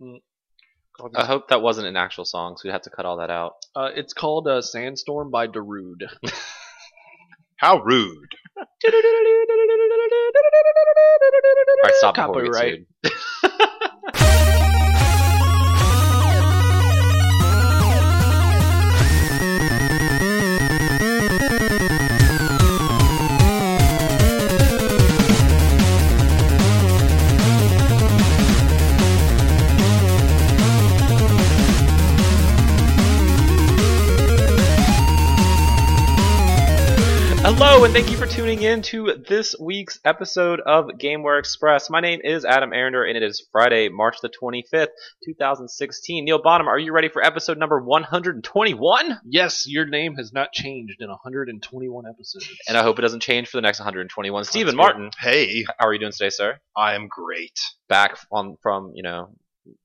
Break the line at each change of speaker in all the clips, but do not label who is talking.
Mm. Call
I
these-
hope that wasn't an actual song, so we have to cut all that out.
Uh, it's called uh, Sandstorm by Darude.
How rude.
All right, stop before we get
Copyright.
sued. Hello, and thank you for tuning in to this week's episode of GameWare Express. My name is Adam Arender, and it is Friday, March the 25th, 2016. Neil Bonham, are you ready for episode number 121?
Yes, your name has not changed in 121 episodes.
And I hope it doesn't change for the next 121. Stephen
good.
Martin,
Hey,
how are you doing today, sir?
I am great.
Back on from, you know,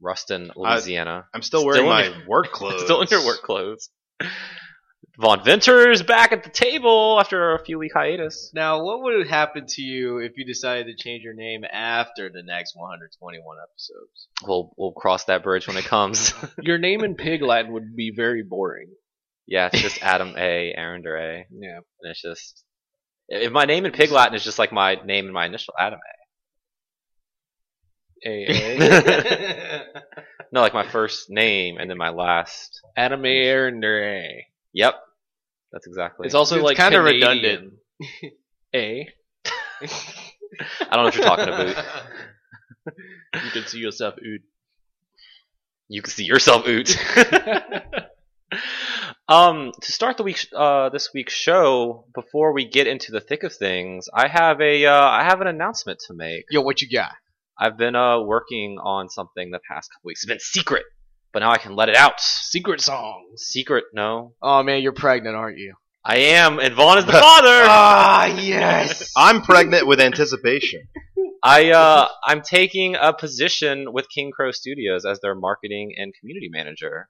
Ruston, Louisiana.
I'm still
Still
wearing
in
my
your-
work clothes.
Still in your work clothes. Von Venter is back at the table after a few week hiatus.
Now, what would happen to you if you decided to change your name after the next 121 episodes?
We'll, we'll cross that bridge when it comes.
your name in Pig Latin would be very boring.
yeah, it's just Adam A, Arender A.
Yeah.
and it's just if my name in Pig Latin is just like my name and my initial Adam.
A.
A. no, like my first name and then my last.
Adam A. Arender A.
Yep, that's exactly.
It's also
It's
like
kinda
Canadian.
redundant.
A.
I don't know what you're talking about.
You can see yourself oot.
You can see yourself, oot. um, to start the week, uh, this week's show, before we get into the thick of things, I have a, uh, I have an announcement to make.
Yo, what you got?
I've been uh working on something the past couple weeks. It's been secret, but now I can let it out.
Secret songs.
Secret? No,
Oh man, you're pregnant, aren't you?
I am, and Vaughn is the father.
Ah, yes.
I'm pregnant with anticipation.
I uh, I'm taking a position with King Crow Studios as their marketing and community manager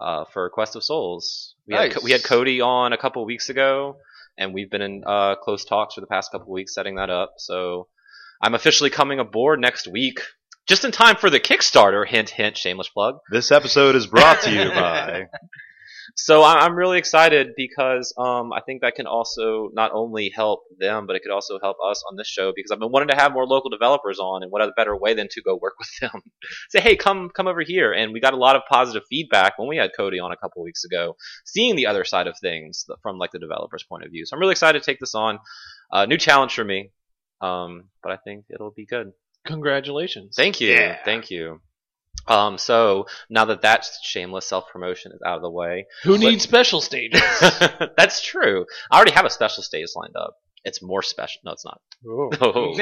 uh, for Quest of Souls. We, had,
Nice.
we had Cody on a couple weeks ago, and we've been in uh, close talks for the past couple weeks setting that up. So I'm officially coming aboard next week, just in time for the Kickstarter. Hint, hint. Shameless plug.
This episode is brought to you by.
So I- I'm really excited because um, I think that can also not only help them, but it could also help us on this show because I've been wanting to have more local developers on, and what other better way than to go work with them? Say, hey, come come over here, and we got a lot of positive feedback when we had Cody on a couple weeks ago, seeing the other side of things from like the developer's point of view. So I'm really excited to take this on, uh, new challenge for me, um, but I think it'll be good.
Congratulations.
Thank you.
Yeah.
Thank you. Um, so now that that shameless self promotion is out of the way,
Who needs special stages?
That's true. I already have a special stage lined up. It's more special. No, it's not. Oh.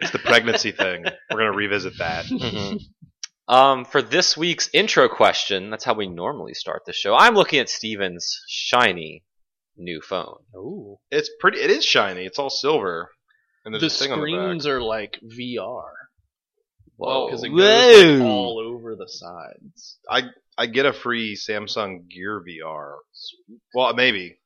It's the pregnancy thing. We're gonna revisit that.
Mhm.
Mm-hmm.
um, for this week's intro question, that's how we normally start the show. I'm looking at Steven's shiny new phone.
Ooh.
It's pretty. It is shiny. It's all silver. And there's
The
a thing on the back.
screens are like VR.
Whoa.
Because it goes like,
Whoa.
all over the sides.
I get a free Samsung Gear VR. Well, maybe.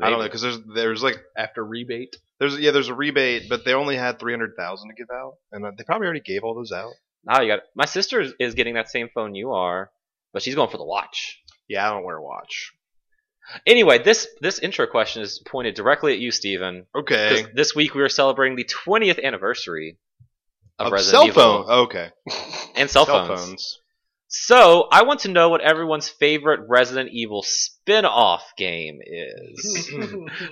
I don't know because there's there's like
After rebate.
there's yeah there's a rebate, but they only had three hundred thousand to give out, and uh, they probably already gave all those out.
Now you got it. My sister is- is getting that same phone you are, but she's going for the watch.
Yeah, I don't wear a watch.
Anyway, this this intro question is pointed directly at you, Steven. 'cause
Okay.
This week we are celebrating the 20th anniversary of,
Of
Resident
cell
Evil
phone. Okay.
and cell, phones. So, I want to know what everyone's favorite Resident Evil spin off game is.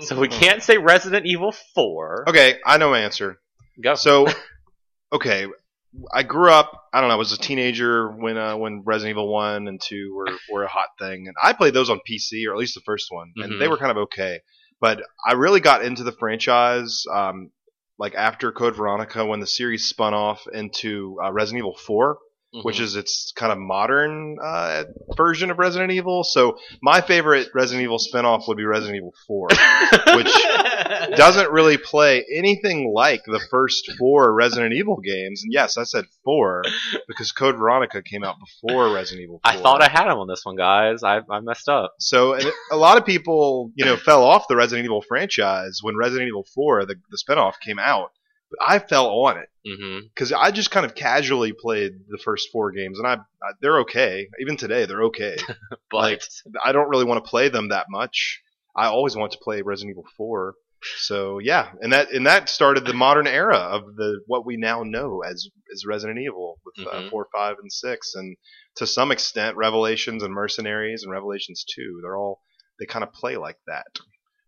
so, we can't say Resident Evil 4.
Mm-hmm. Okay, I know my answer.
Go.
So, okay, I grew up. I don't know. I was a teenager when uh, when Resident Evil One and Two were were a hot thing, and I played those on PC or at least the first one,
Mhm.
and they were kind of okay. But I really got into the franchise um, like after Code Veronica when the series spun off into uh, Resident Evil Four.
Mm-hmm.
which is its kind of modern uh, version of Resident Evil. So my favorite Resident Evil spinoff would be Resident Evil 4, which doesn't really play anything like the first four Resident Evil games. And yes, I said four because Code Veronica came out before Resident Evil 4.
I thought I had him on this one, guys. I, I messed up.
So and a lot of people, you know, fell off the Resident Evil franchise when Resident Evil 4, the, the spinoff, came out. But I fell on it
Mm-hmm.
because I just kind of casually played the first four games, and I, I they're okay. Even today, they're okay.
But
Like- I don't really want to play them that much. I always want to play Resident Evil Four. So yeah, and that and that started the modern era of the what we now know as as Resident Evil with uh,
Mhm.
four, five, and six, and to some extent Revelations and Mercenaries and Revelations two. They're all they kind of play like that.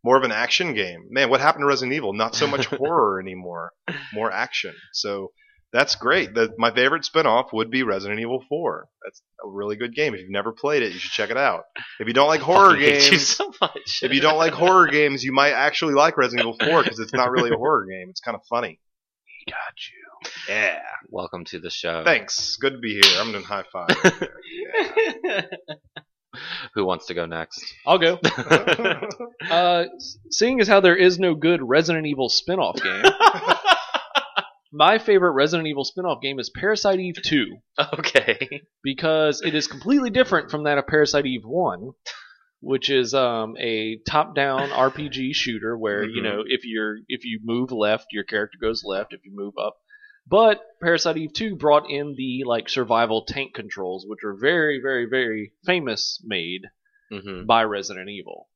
More of an action game. Man, what happened to Resident Evil? Not so much horror anymore. More action. So that's great. The, my favorite spinoff would be Resident Evil 4. That's a really good game. If you've never played it, you should check it out. If you don't like horror
fucking hate you
games,
so much.
if you don't like horror games, you might actually like Resident Evil 4 because it's not really a horror game. It's kind of funny.
He got you.
Yeah.
welcome to the show.
Thanks. Good to be here. I'm doing high five. right there.
Who wants to go next?
I'll go.
Yeah.
Uh, s- seeing as how there is no good Resident Evil spin-off game, my favorite Resident Evil spin-off game is Parasite Eve 2
okay.
because it is completely different from that of Parasite Eve 1, which is um, a top-down RPG shooter where, you
Mhm.
know, if you're if you move left, your character goes left, if you move up. But Parasite Eve 2 brought in the like survival tank controls, which are very very very famous made
Mm-hmm.
by Resident Evil.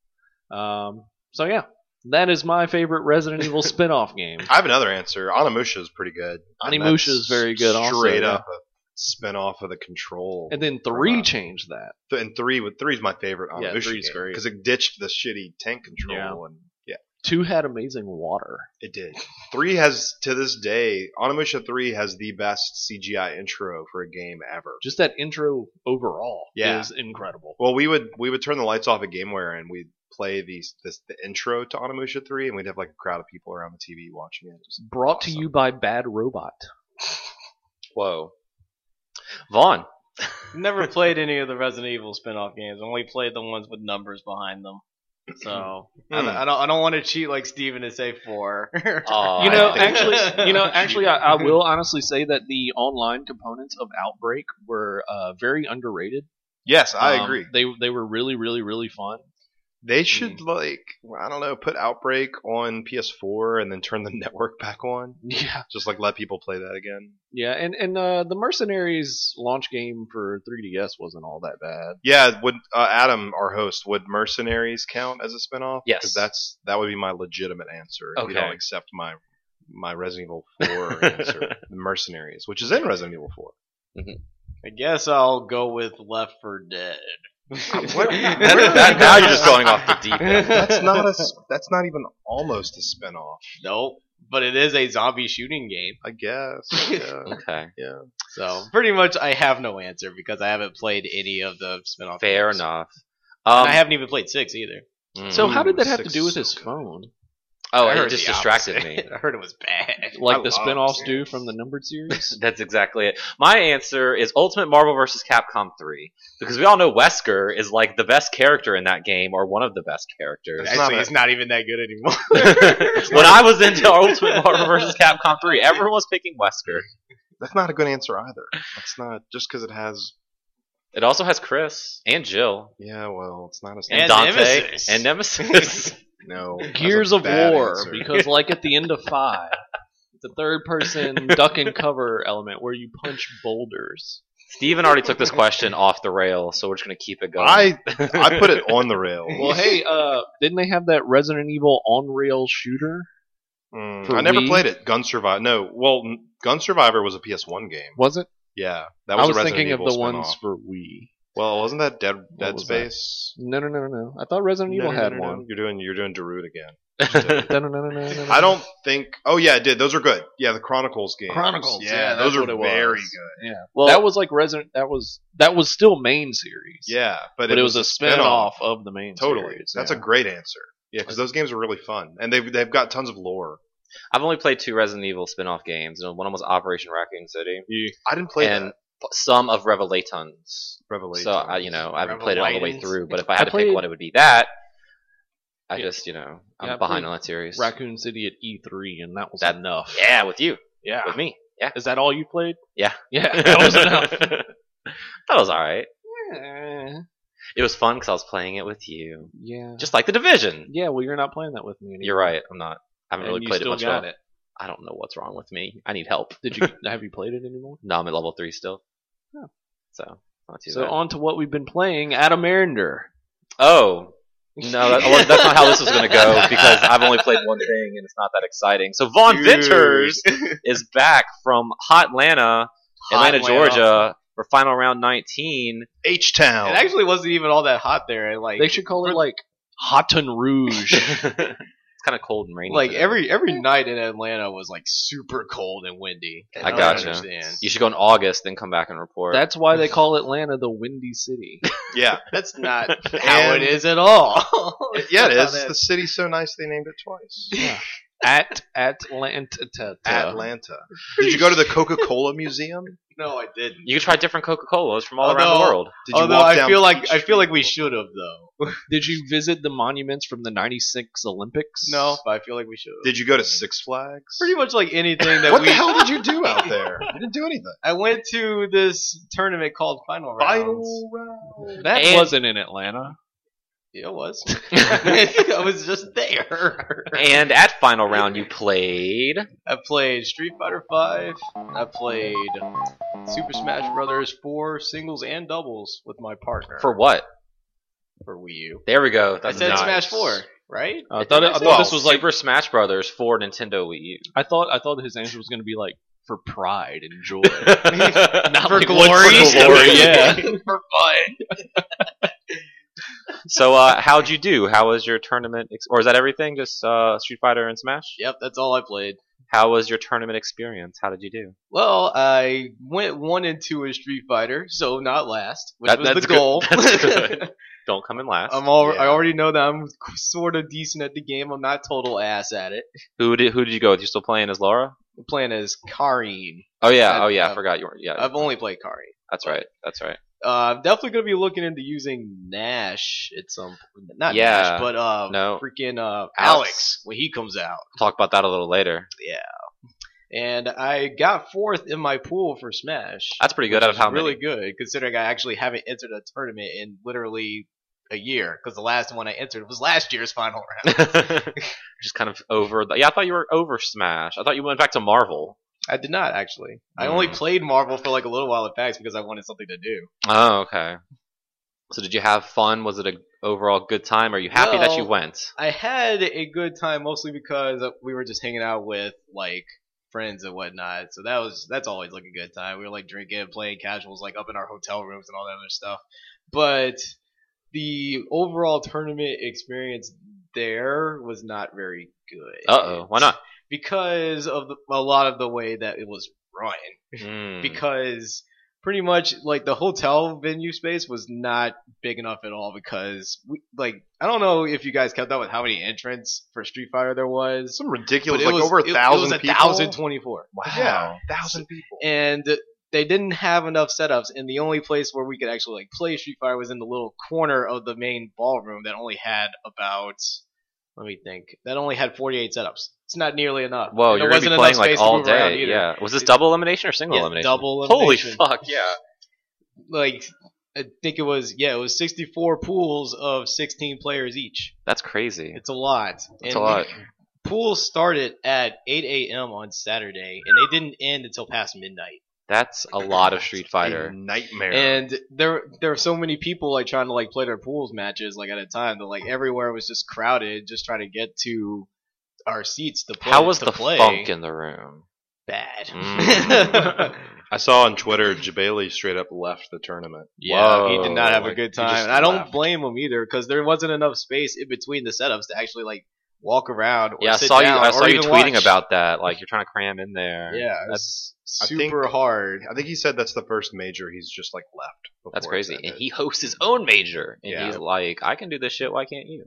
Um, so yeah, that is my favorite Resident Evil spin-off game.
I have another answer. Onimusha is pretty good. And
Onimusha
that's
is very good also,
Straight
yeah.
up a spin-off of the control.
And then three
Wow.
changed that.
Th- and three with three's my favorite
Yeah,
Onimusha
three's
game
great.
because it ditched the shitty tank control
Yeah.
and yeah,
Two had amazing water.
it did. Three has to this day Onimusha three has the best CGI intro for a game ever.
Just that intro overall
Yeah.
is incredible.
Well, we would we would turn the lights off at GameWare and we'd play these this the intro to Onimusha three and we'd have like a crowd of people around the TV watching it. It was
Brought to
awesome.
you by Bad Robot.
Whoa. Vaughn.
Never played any of the Resident Evil spin-off games. Only played the ones with numbers behind them. So I don't-
Hmm.
I don't I don't want to cheat like Steven and say four.
Aw,
You know,
Uh, I think-
actually, you know, actually, I, I will honestly say that the online components of Outbreak were uh, very underrated.
Yes, I
Um, hmm.
agree.
They they were really, really, really fun.
They should like I don't know put Outbreak on PS4 and then turn the network back on.
Yeah,
Just like let people play that again.
yeah, and and uh, the Mercenaries launch game for 3DS wasn't all that bad.
Yeah, would uh, Adam, our host, would Mercenaries count as a spinoff?
Yes.
'Cause that's that would be my legitimate answer. If you
Okay.
don't accept my my Resident Evil Four answer, Mercenaries, which is in Resident Evil Four.
I guess I'll go with Left for Dead.
that, that, now you're just going off the deep end.
That's not a. s- That's not even almost a spinoff.
Nope. But it is a zombie shooting game.
I guess. Yeah.
Okay.
So pretty much I have no answer because I haven't played any of the spin-off
Fair
games.
enough.
And
Um,
I haven't even played six either.
mm.
So how
Ooh,
did that have to
six
do with
so
his
good.
phone?
Oh,
I
it
heard
just
the
distracted
opposite.
me.
I heard it was bad.
I
Like the
love
spin-offs do
series.
from the numbered series?
That's exactly it. My answer is Ultimate Marvel vs. Capcom 3 because we all know Wesker is like the best character in that game or one of the best characters.
It's
Actually,
not a-
it's not even that good anymore.
when I was into Ultimate Marvel vs. Capcom 3, everyone was picking Wesker.
That's not a good answer either. That's not just because it has.
It also has Chris and Jill
Yeah, well, it's not a.
and,
And
Dante
Nemesis.
and Nemesis.
no. that's a
Gears of
bad
War,
answer.
because like at the end of five, the third person duck and cover element where you punch boulders.
Steven already took this question off the rail, so we're just going to keep it going.
I I put it on the rail.
Well, hey, uh, didn't they have that Resident Evil on-rail shooter?
Mm,
For
I never
Wii?
played it. Gun Survivor. No, well, n- Gun Survivor was a PS1 game.
Was it?
Yeah, that
I
was.
was
a Resident
thinking
Evil
of the
spin-off.
ones for Wii.
Well, wasn't that Dead Dead
was that?
Space?
No, no, no, no, no. I thought Resident
No,
Evil
no, no,
had
no, no.
one.
You're doing you're doing Darude again.
No, no, no, no, no, no.
I don't think. Oh yeah, it did. Those are good. Yeah, the Chronicles games.
Chronicles,
Yeah,
yeah,
those
that's
are
what it was.
very good.
Yeah. Well, that was like Resident. That was that was still main series.
Yeah, but,
But, it, was, a
spin-off.
spin-off of the main
Totally,
series.
that's
yeah.
a great answer. Yeah, because those games are really fun, and they've they've got tons of lore.
I've only played two Resident Evil spin-off games, and one of them was Operation Raccoon City,
I didn't play
and
that
some of Revelations.
Revelation.
So I, you know, I haven't played it all the way
Revelations.
through. But if I
I
had to
played-
pick one, it would be that. I
Yeah.
just, you know, I'm
Yeah, I
behind
played
on that series.
Raccoon City at E3, and that was
That-
enough.
Yeah, with you,
Yeah.
with me. Yeah,
Is that all you played?
Yeah.
Yeah, that was enough.
that was all right.
Eh,
It was fun because I was playing it with you,
yeah.
just like the division.
yeah, well, you're not playing that with me anymore.
You're right. I'm not. I haven't
And
really
you
played it
still
much. at
got
all.
it.
I don't know what's wrong with me. I need help.
Did you have you played it anymore?
No, I'm at level three still.
Yeah.
So not too
So
bad.
on to what we've been playing, Adam Arinder.
oh no, that, well, that's not how this is going to go because I've only played one thing and it's not that exciting. So Vaughn
Dude.
Venters is back from Hotlanta, Atlanta,
Hot
Georgia for final round 19.
H
It
Town.
actually wasn't even all that hot there. and, Like
They should call it like Hotten Rouge.
it's kind of cold and rainy.
like
today.
every every night in Atlanta was like super cold and windy. And
I
don't
gotcha.
understand.
you should go in August, then come back and report.
That's why they call Atlanta the Windy City.
Yeah.
That's not how it is at all. It's
Yeah,
not
it
how
is.
that-
The city's so nice they named it twice.
At Atlanta.
Atlanta. Did you go to the Coca Cola Museum?
no, I didn't.
you can try different Coca Colas from all
Oh,
around
no.
the world.
Did you
Although
walk
I
down
feel like
Peach
I feel like we
Street?
should have though.
Did you visit the monuments from the 96 Olympics?
No, but I feel like we should. have.
Did you go to Six Flags?
Pretty much like anything that
what
we.
the hell did you do out there? You didn't do anything.
I went to this tournament called Final Rounds.
Final round.
That
And-
wasn't in Atlanta.
Yeah, it was. I was just there.
And at final round, you played.
I played Street Fighter Five. I played Super Smash Brothers four singles and doubles with my partner
For what?
for Wii U.
There we go.
I
That's
said
nice.
Smash four, right?
I thought, I thought this was like
Super Smash Brothers for Nintendo Wii U.
I thought I thought his answer was going to be like for pride and joy.
Not
for
like
glory,
what's for glory, yeah.
for fun.
So, uh, how'd you do? How was your tournament? Ex- or is that everything? Just uh, Street Fighter and Smash?
Yep, that's all I played.
How was your tournament experience? How did you do?
Well, I went one and two in Street Fighter, so not last, which
That-
was
that's
the goal. Um,
good. That's good. Don't come in last.
I'm all,
Yeah.
I already know that I'm sort of decent at the game. I'm not total ass at it.
who did Who did you go with? You still playing as Laura?
I'm playing as Kareen.
Oh yeah.
I-
Oh yeah. I
I've-
forgot you were. Yeah.
I've only played Kareen.
that's right. That's right.
Uh, I'm definitely gonna be looking into using Nash at some, not
Yeah.
Nash, but uh,
No.
freaking uh, Alex.
Alex.
when he comes out.
Talk about that a little later.
And I got fourth in my pool for Smash.
That's pretty good. Out of
It's
how
really
many?
good considering I actually haven't entered a tournament in literally a year because the last one I entered was last year's final round.
Just kind of over. The, yeah, I thought you were over Smash. I thought you went back to Marvel.
I did not actually. I only
Hmm.
played Marvel for like a little while at PAX because I wanted something to do.
Oh, okay. So did you have fun? Was it a overall good time? Are you happy that you
Well,
went?
I had a good time mostly because we were just hanging out with like friends and whatnot. So that was that's always like a good time. We were like drinking, playing casuals, like up in our hotel rooms and all that other stuff. But the overall tournament experience there was not very good.
Uh oh. Why not?
because of the, a lot of the way that it was run.
Mm.
Because pretty much like the hotel venue space was not big enough at all. Because we, like I don't know if you guys kept up with how many entrants for Street Fighter there was.
Some
but
ridiculous,
it
like
was-
over
it-
a thousand
It was
people.
a thousand twenty-four,
Wow. Yeah, thousand people.
and they didn't have enough setups. And the only place where we could actually like play Street Fighter was in the little corner of the main ballroom that only had about. Let me think. That only had 48 setups. It's not nearly enough.
Whoa,
And there
you're gonna be
wasn't enough
playing
space
like
to
all
move around
day.
either.
Yeah. Was this
It-
double elimination or single
Yeah,
elimination?
double
Holy
elimination.
fuck! Yeah.
like I think it was yeah, it was 64 pools of 16 players each.
That's crazy.
It's a lot.
That's a lot.
Pools started at 8 a.m. on Saturday, and they didn't end until past midnight.
That's a lot of Street
A
Fighter.
nightmare.
And there there are so many people like trying to like play their pools matches like at a time that like everywhere was just crowded, just trying to get to our seats to play.
How was
to
the
play.
funk in the room?
bad?
Mm.
I saw on Twitter Jabali straight up left the tournament.
Yeah,
Whoa,
he did not have a
Oh, like,
good
he just
time. And I don't
left.
blame him either because there wasn't enough space in between the setups to actually like walk around. Or
Yeah, I
sit
saw you.
down
I
or
saw you
even
tweeting
watch.
about that. Like you're trying to cram in there.
Yeah,
that's
I
super
think-
hard.
I think he said that's the first major he's just like left. Before
that's
it's
crazy. And
ended.
he hosts his own major, and
Yeah.
he's like, "I can do this shit. Why can't you?"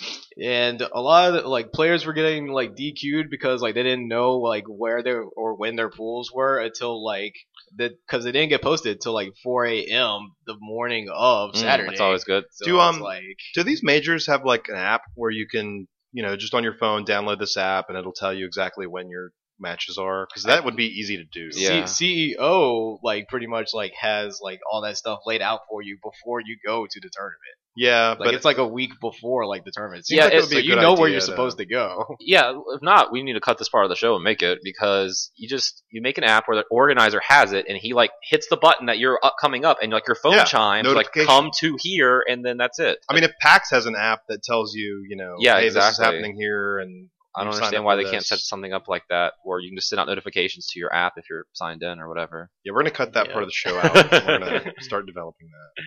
Hmm,
And a lot of the, like players were getting like DQ'd because like they didn't know like where their or when their pools were until like that because they didn't get posted till like 4 a.m. the morning of
Mm,
Saturday.
That's always good.
so
Do,
it's
um,
like
Do these majors have like an app where you can, you know, just on your phone download this app and it'll tell you exactly when your matches are? Because that would be easy to do.
Yeah.
C- E CEO like pretty much like has like all that stuff laid out for you before you go to the tournament.
Yeah,
Like
but
it's like a week before like the tournament. Seems
Yeah,
like it
it's-
would be
so
a
you
good
know
idea,
where you're
though.
supposed
to go.
Yeah, if not, we need to cut this part of the show and make it because you just you make an app where the organizer has it and he like hits the button that you're up, coming up and like your phone
Yeah,
chimes like
notification.
come to here and then that's it.
I mean, if PAX has an app that tells you, you know,
Yeah,
hey, this is
exactly.
happening here, and
I don't
you sign
understand
up
why
for
they can't
this.
set something up like that, or you can just send out notifications to your app if you're signed in or whatever.
yeah, we're gonna cut that
Yeah.
part of the show out. we're gonna start developing that.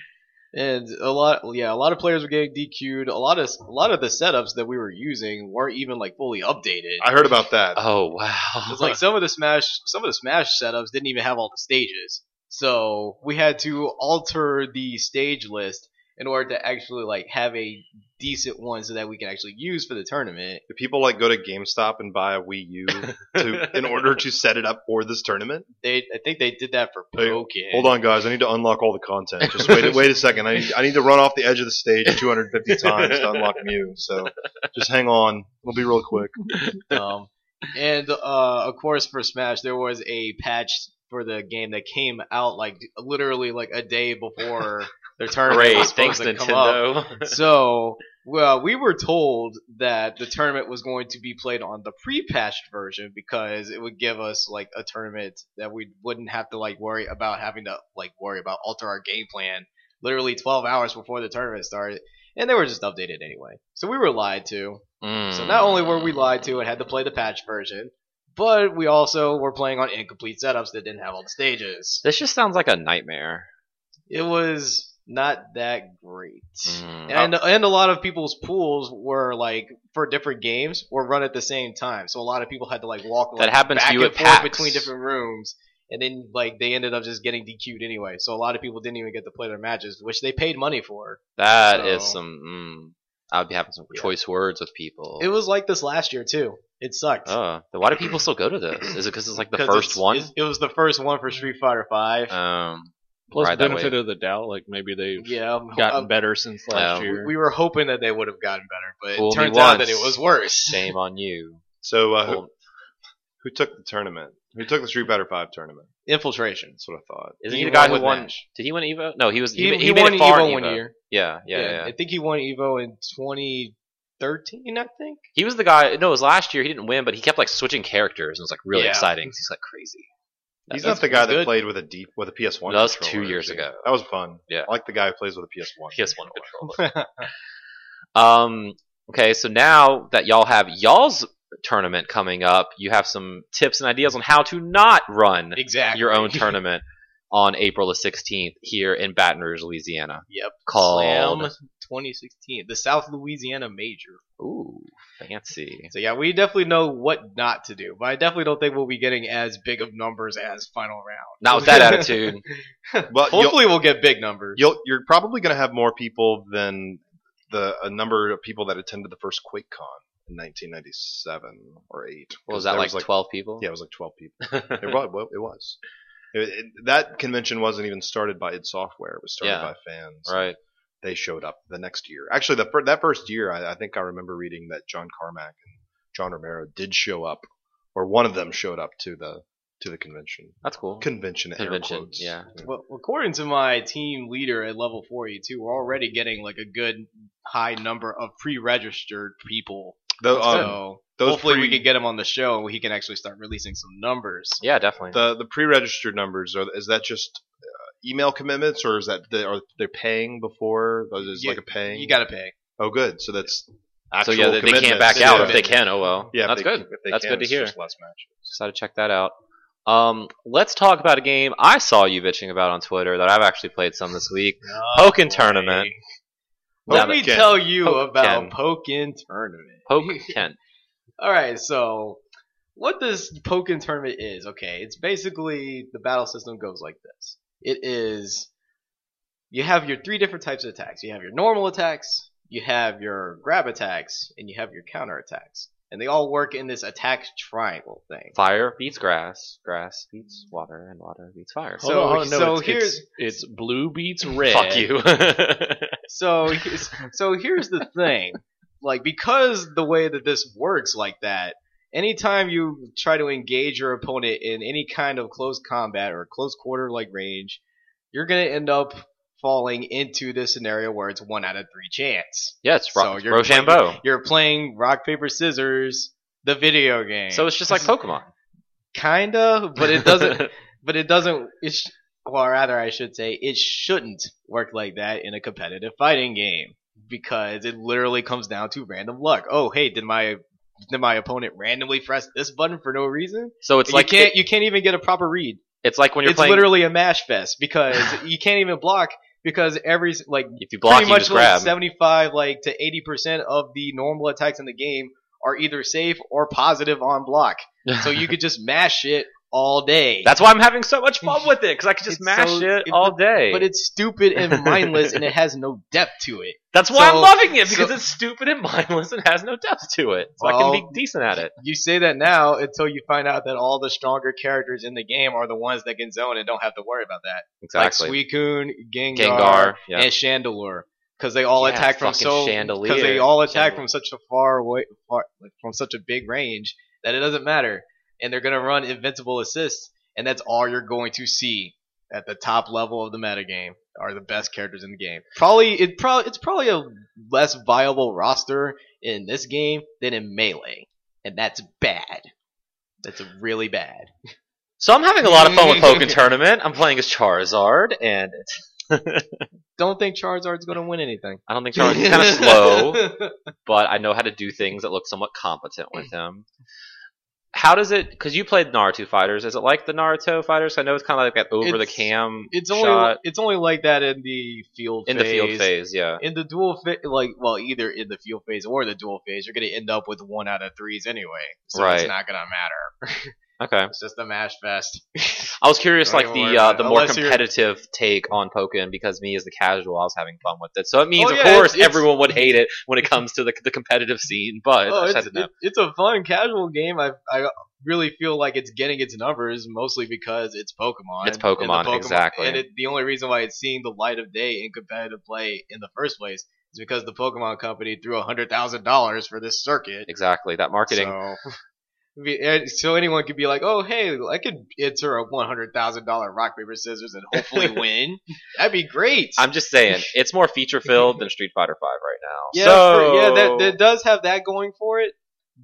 And a lot, yeah, a lot of players were getting DQ'd. A lot of a lot of the setups that we were using weren't even like fully updated.
I heard about that.
Oh wow!
It's like some of the smash, some of the smash setups didn't even have all the stages, so we had to alter the stage list in order to actually like have a decent one so that we can actually use for the tournament.
Do people like go to GameStop and buy a Wii U to, in order to set it up for this tournament?
They, I think they did that for
Hey,
Pokken.
Hold on, guys. I need to unlock all the content. Just wait. wait a second. I need, I need to run off the edge of the stage 250 times to unlock Mew. So just hang on. It'll be real quick.
um, and uh, of course, for Smash, there was a patch for the game that came out like literally like a day before their tournament
Great,
was
thanks
supposed to come up.
Nintendo.
So, well, we were told that the tournament was going to be played on the pre-patched version because it would give us like a tournament that we wouldn't have to like worry about having to like worry about alter our game plan literally 12 hours before the tournament started. And they were just updated anyway. So we were lied to.
Mm.
So not only were we lied to and had to play the patch version, but we also were playing on incomplete setups that didn't have all the stages.
this just sounds like a nightmare.
It was not that great.
Mm. Oh,
And and a lot of people's pools were like for different games were run at the same time, so a lot of people had to like walk
That
like,
happens to
back
you
and
at
forth
PAX.
between different rooms, and then like they ended up just getting DQ'd anyway. So a lot of people didn't even get to play their matches, which they paid money for.
That is
So-
some. Mm, I'd be having some
Yeah.
choice words with people.
It was like this last year too. It sucked.
Oh, then why do people still go to this? Is it because it's like the
'Cause
first
it's-
one?
it's- It was the first one for Street Fighter Five.
Um,
Plus
Right, that
benefit
way.
of the doubt, like maybe they've
yeah, I'm-
gotten
I'm-
better since last
Yeah.
year.
Mm-hmm. Um, we were hoping that they would have gotten better, but
Fool
it
me
turns out that
once.
it was worse.
shame on you.
So uh, who,
Well,
who took the tournament? Who took the Street Fighter Five tournament?
Infiltration.
That's what I thought.
isn't
He
he, the guy
won
who
with
won?
Nash.
Did he win Evo? No, he was. He,
He,
ma-
he,
he made
won
it far
Evo
in
one
Evo.
year.
Yeah, yeah, yeah.
I think he won Evo in 2013. I think.
He was the guy. No, it was last year. He didn't win, but he kept like switching characters, and it was like really
Yeah.
exciting. 'cause He's like crazy.
He's
That's-
not the guy
that's
that
good.
played with a deep with a PS1.
That was two
controller,
years
is he?
ago.
That was fun.
Yeah.
I like the guy who plays with a PS1.
PS1 controller. um. Okay, so now that y'all have y'all's tournament coming up, you have some tips and ideas on how to not run
Exactly.
your own tournament on April the 16th here in Baton Rouge, Louisiana.
Yep. Slam
Called
2016, the South Louisiana Major.
Ooh, fancy.
So yeah, we definitely know what not to do, but I definitely don't think we'll be getting as big of numbers as final round.
Not with that attitude.
Well, you'll-
Hopefully, we'll get big numbers.
you'll, you're probably going to have more people than the a number of people that attended the first QuakeCon in 1997 or eight.
What was
'Cause
that
there
like, 12 people?
Yeah, it was like 12 people. it was. Well, it was. It- it- that convention wasn't even started by id Software. It was started
Yeah.
by fans.
Right.
They showed up the next year. Actually, the fir- that first year, I, I think I remember reading that John Carmack and John Romero did show up, or one of them showed up to the to the convention.
That's cool.
Convention. air
Convention,
quotes.
yeah.
Well, according to my team leader at level 42, we're already getting like a good high number of pre-registered people.
Tho- um,
so
those
hopefully we
pre-
can get him on the show and he can actually start releasing some numbers.
Yeah, definitely.
the the pre-registered numbers are is that just uh, email commitments or is that they are they paying before is it like
Yeah,
a paying
You gotta pay.
oh good so that's
so
actual
yeah, they, they can't
commitments.
back
Yeah.
out if they can. Oh well.
yeah if
that's
they-
good.
if they
That's
can,
good to
it's
hear.
just less matches.
Just had to check that out. Um, let's talk about a game I saw you bitching about on Twitter that I've actually played some this week. Pokken tournament.
Let me
Pokken.
tell you
Pokken.
about Pokken tournament.
Pokken.
All right, so what this Pokken tournament is? Okay, it's basically the battle system goes like this. It is you have your three different types of attacks. You have your normal attacks, you have your grab attacks, and you have your counter attacks, and they all work in this attack triangle thing.
Fire beats grass. Grass beats water, and water beats fire.
Hold
so-
on, hold on, no,
so
it's,
here's-
it's, it's blue beats red.
Fuck you.
So, here's- so here's the thing. Like, because the way that this works like that, anytime you try to engage your opponent in any kind of close combat or close quarter like range, you're gonna end up falling into this scenario where it's one out of three chance.
Yeah, it's
So
Ro-
you're
Rochambeau.
You're playing rock paper scissors, the video game.
So it's just like Pokemon.
kinda, but it doesn't. but it doesn't. It's well, rather I should say, it shouldn't work like that in a competitive fighting game because it literally comes down to random luck. Oh, hey, did my did my opponent randomly press this button for no reason?
so it's
you
like
can't you can't even get a proper read.
it's like when you're
it's
playing.
literally a mash fest because you can't even block because every s- like
if you block,
pretty
you
much
just
like
grab.
75 like to 80 percent of the normal attacks in the game are either safe or positive on block so you could just mash it all day
That's why I'm having so much fun with it because I can just
It's
mash
so-
it
it-
all day.
but it's stupid and mindless and it has no depth to it
That's why
so-
I'm loving it because
so-
it's stupid and mindless and has no depth to it. So I can
Well,
be decent at it.
you say that now until you find out that all the stronger characters in the game are the ones that can zone and don't have to worry about that like Suicune Gengar,
Gengar. Yeah.
and Chandelure because they all
Yeah,
attack from
fucking
so
Chandelier.
because they all attack
Chandelier.
from such a far away far, like, from such a big range that it doesn't matter and they're gonna run invincible assists and that's all you're going to see at the top level of the metagame are the best characters in the game. Probably it probably it's probably a less viable roster in this game than in melee and that's bad. That's really bad.
So I'm having a lot of fun with Pokemon Tournament. I'm playing as Charizard, and it's
Don't think Charizard's gonna win anything.
I don't think Charizard's kind of slow, but I know how to do things that look somewhat competent with him. How does it? Because you played Naruto Fighters, is it like the Naruto Fighters? I know it's kind of like that over the
It's-
cam
It's only
shot
it's only like that in the field
in the
phase.
field phase. Yeah,
In the dual phase, like well, either in the field phase or the dual phase, you're going to end up with one out of threes anyway, so
Right.
it's not going to matter.
okay.
It's just a mash fest.
I was curious,
Don't
like
even worry
the uh,
about it.
the more
Unless you're-
competitive take on Pokemon, because me as the casual, I was having fun with it. So it means,
Oh,
of
yeah,
course,
it's- it's-
everyone would hate it when it comes to the, the competitive scene. But
oh,
I just
it's,
had to know.
it- it's a fun casual game. I I really feel like it's getting its numbers mostly because it's Pokemon.
It's Pokemon,
and the
exactly.
And it, the only reason why it's seeing the light of day in competitive play in the first place is because the Pokemon company threw hundred thousand dollars for this circuit.
exactly that marketing.
So, be- and so anyone could be like, "Oh, hey, I could enter a one hundred thousand dollar rock paper scissors and hopefully win. That'd be great."
I'm just saying, it's more feature filled than Street Fighter Five right now.
yeah,
So-
for- yeah, that, that does have that going for it,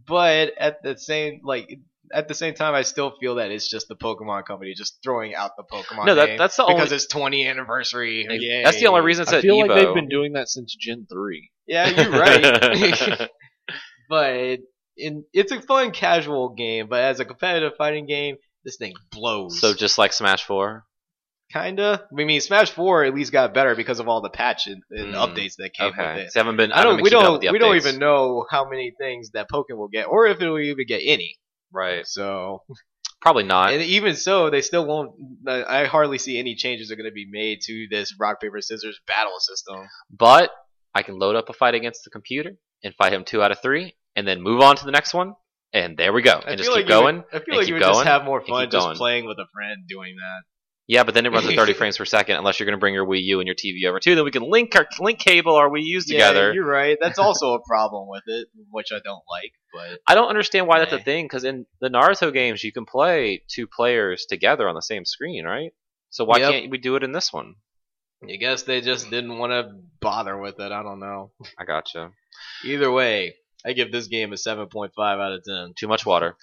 but at the same like at the same time, I still feel that it's just the Pokemon company just throwing out the Pokemon.
no, that,
name
that's the
because
only.
it's 20 anniversary. Yay.
That's the only reason it's
I
at
feel
Evo.
like they've been doing that since Gen three.
Yeah, you're right. but in, it's a fun casual game, but as a competitive fighting game, this thing blows.
so just like Smash Four.
Kinda. I mean, Smash Four at least got better because of all the patch and, and
Mm,
updates that came
Okay,
with it.
so I haven't been.
I don't.
haven't
We
been keeping up
don't.
with the
We don't
updates.
even know how many things that Pokemon will get, or if it'll even get any.
Right,
So,
probably not.
and even so, they still won't. I hardly see any changes are going to be made to this rock paper scissors battle system.
But I can load up a fight against the computer and fight him two out of three, and then move on to the next one, and there we go,
I
and
feel
just
like
keep
you would-
going.
I feel
and
like
keep
you would
going,
just have more
and
fun
keep
just
going.
playing with a friend doing that.
Yeah, but then it runs at 30 frames per second unless you're going to bring your Wii U and your TV over too. Then we can link our link cable our Wii U's
Yeah,
together.
you're right. That's also a problem with it, which I don't like. But
I don't understand why that's a
Meh.
thing because in the Naruto games you can play two players together on the same screen, right? So why
Yep.
can't we do it in this one?
I guess they just didn't want to bother with it. I don't know.
I gotcha.
Either way, I give this game a 7.5 out of 10.
Too much water.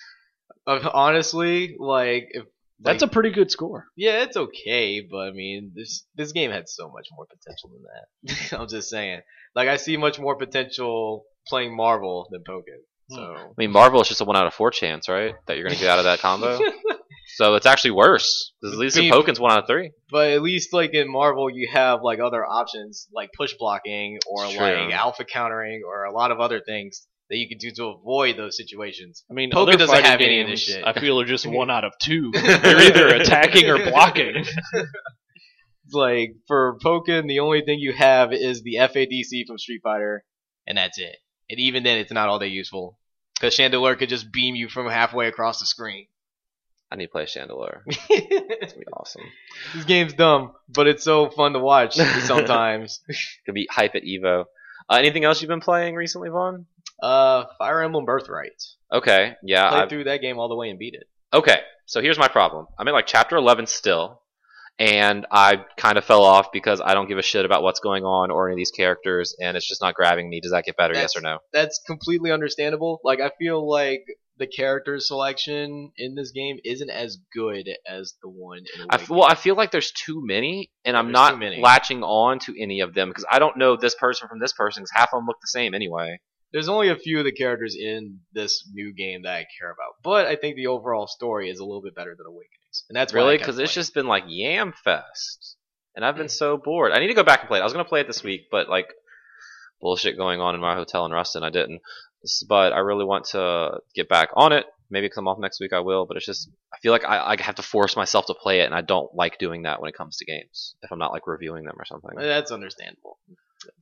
Uh, honestly, like if
That's a pretty good score.
yeah, it's okay, but I mean, this this game had so much more potential than that. I'm just saying. Like I see much more potential playing Marvel than Pokemon. So
I mean, Marvel is just a one out of four chance, right? That you're going to get out of that combo. so it's actually worse. 'cause At least in
Beep.
Pokemon's one out of three.
but at least like in Marvel, you have like other options like push blocking or
It's
like
true.
alpha countering or a lot of other things that you can do to avoid those situations.
I mean,
Poker
other
doesn't
fighting
have
games,
any of this shit.
I feel are just one out of two. They're either attacking or blocking.
It's like for Pokken, the only thing you have is the FADC from Street Fighter, and that's it. And even then, it's not all that useful because Chandelure could just beam you from halfway across the screen.
I need to play Chandelure.
this
It's going to be awesome.
game's dumb, but it's so fun to watch sometimes.
Could be hype at Evo. Uh, anything else you've been playing recently, Vaughn?
uh, Fire Emblem Birthright.
Okay, yeah,
Played
I've
through that game all the way and beat it.
Okay, so here's my problem. I'm in like chapter 11 still, and I kind of fell off because I don't give a shit about what's going on or any of these characters, and it's just not grabbing me. Does that get better? yes or no?
That's completely understandable. Like I feel like the character selection in this game isn't as good as the one. In
I f- well, I feel like there's too many, and I'm
There's
not
too many.
latching on to any of them because I don't know this person from this person because half of them look the same anyway.
there's only a few of the characters in this new game that I care about, but I think the overall story is a little bit better than Awakenings, and that's why I
really
kept
because it's
playing.
just been like Yam Fest, and I've been so bored. I need to go back and play it. I was gonna play it this week, but like bullshit going on in my hotel in Ruston, I didn't. S- But I really want to get back on it. Maybe come off next week, I will. But it's just I feel like I, I have to force myself to play it, and I don't like doing that when it comes to games. If I'm not like reviewing them or something.
that's understandable.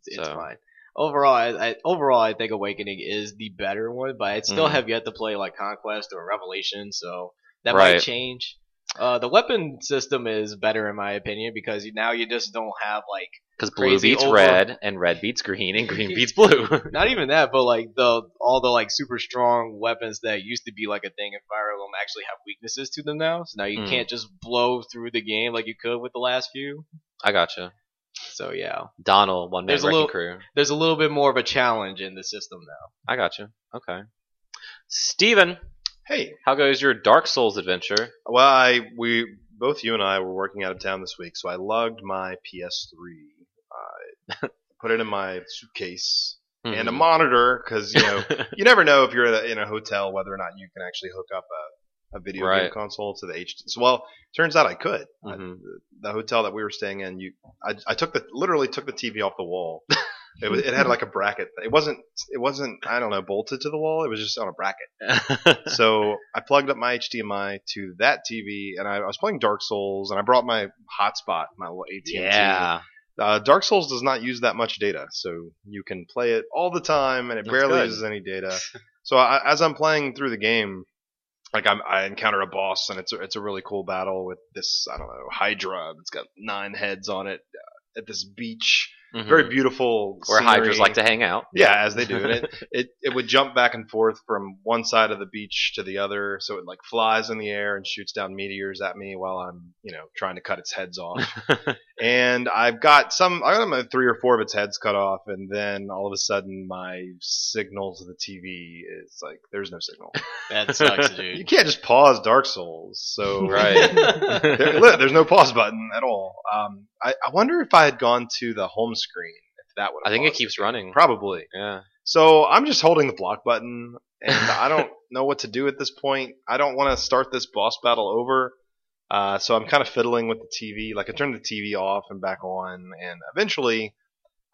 It's, it's
So.
fine. Overall, I, I, overall, I think Awakening is the better one, but I still
Mhm.
have yet to play like Conquest or Revelation, so that might
Right.
change. Uh, the weapon system is better in my opinion because you, now you just don't have like
Because blue
Crazy
beats
over-
red, and red beats green, and green beats blue.
not even that, but like the all the like super strong weapons that used to be like a thing in Fire Emblem actually have weaknesses to them now. So now you
Hmm.
Mm.
can't just blow through the game like you could with the last few.
I gotcha.
So yeah,
Donald, one man
There's a
wrecking
little-
crew.
there's a little bit more of a challenge in the system now.
I gotcha. Okay. Steven,
Hey,
how goes your Dark Souls adventure?
well, I we both you and I were working out of town this week, so I lugged my PS3, uh, put it in my suitcase, and a
Mm-hmm.
Mhm.
monitor because you know you never know if you're in a, in a hotel whether or not you can actually hook up a, a video game
Right.
console to the HD. So, well, turns out I could.
Mm-hmm.
I-
Mhm.
the hotel that we were staying in, you, I, I took the literally took the TV off the wall. it was it had like a bracket. It wasn't it wasn't I don't know bolted to the wall. It was just on a bracket. So I plugged up my HDMI to that TV, and I, I was playing Dark Souls, and I brought my hotspot, my little AT&T.
yeah.
Uh, Dark Souls does not use that much data, so you can play it all the time, and it
That's
barely
good.
uses any data. So I, as I'm playing through the game, like I'm, I encounter a boss, and it's a, it's a really cool battle with this I don't know Hydra. It's got nine heads on it uh, at this beach, very beautiful.
Mm-hmm. Hmm. Where
scenery.
hydras like to hang out.
Yeah, as they do, and it, it it would jump back and forth from one side of the beach to the other, so it like flies in the air and shoots down meteors at me while I'm you know trying to cut its heads off and I've got some, I got about three or four of its heads cut off, and then all of a sudden my signal to the TV is like, there's no signal.
That sucks,
You
dude.
can't just pause Dark Souls, so
right.
there, look, there's no pause button at all. Um, I, I wonder if I had gone to the home screen, if that would.
I think it keeps running.
probably.
Yeah.
So I'm just holding the block button, and I don't know what to do at this point. I don't want to start this boss battle over, uh, so I'm kind of fiddling with the TV. Like I turned the TV off and back on, and eventually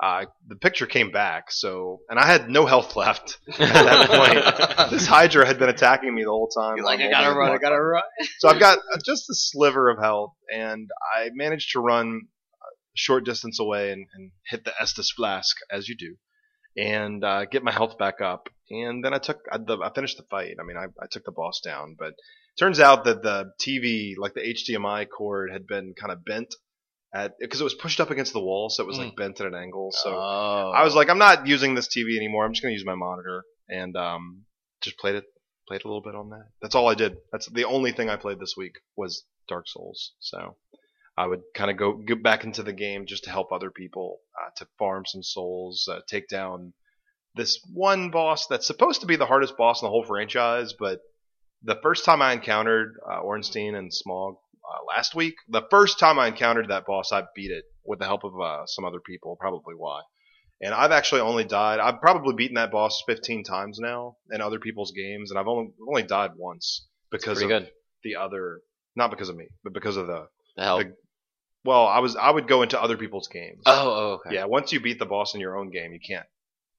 uh, the picture came back. So, and I had no health left. At that point. This Hydra had been attacking me the whole time.
You're like,
I'm
I gotta
holding the
run, I
block
gotta run.
so I've got uh, just a sliver of health, and I managed to run a short distance away and, and hit the Estus flask as you do, and uh, get my health back up. And then I took I, the, I finished the fight. I mean, I, I took the boss down, but turns out that the TV, like the HDMI cord, had been kind of bent at because it was pushed up against the wall, so it was like bent at an angle. So
oh.
I was like, I'm not using this TV anymore. I'm just gonna use my monitor and um, just played it, played a little bit on that. That's all I did. That's the only thing I played this week was Dark Souls. So I would kind of go get back into the game just to help other people uh, to farm some souls, uh, take down this one boss that's supposed to be the hardest boss in the whole franchise. But the first time I encountered uh, Ornstein and Smog uh, last week, the first time I encountered that boss, I beat it with the help of uh, some other people, probably why. And I've actually only died. I've probably beaten that boss 15 times now in other people's games, and I've only only died once because
Pretty
of
good.
the other, not because of me, but because of the.
The help.
the- well, I was I would go into other people's games.
oh, oh, okay.
Yeah, once you beat the boss in your own game, you can't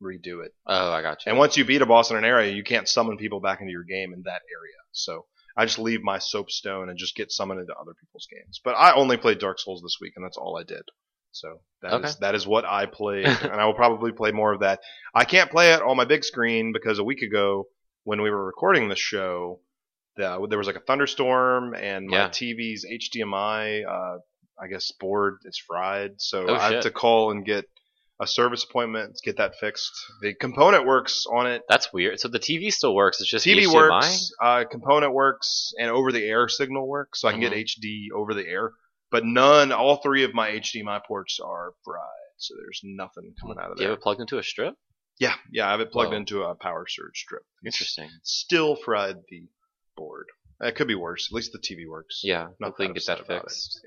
redo it.
Oh, I got you.
And once you beat a boss in an area, you can't summon people back into your game in that area. So I just leave my soapstone and just get summoned into other people's games. But I only played Dark Souls this week, and that's all I did. So that is
Okay.
that is what I played, and I will probably play more of that. I can't play it on my big screen because a week ago when we were recording the show, the, there was like a thunderstorm, and my
Yeah.
TV's HDMI, uh, I guess, board is fried. So
Oh,
I have
shit.
to call and get a service appointment to get that fixed. The component works on it.
That's weird. So the TV still works. It's just
TV
HDMI?
works, uh, component works, and over the air signal works, so I can
Mhm.
get HD over the air. But none, all three of my HDMI ports are fried, so there's nothing coming out of
Do you
there.
have it plugged into a strip?
Yeah, yeah, I have it plugged
Whoa.
into a power surge strip. It's
Interesting.
Still fried the board. It could be worse. At least the TV works.
Yeah,
Not
hopefully you can get
upset
that
about it.
fixed.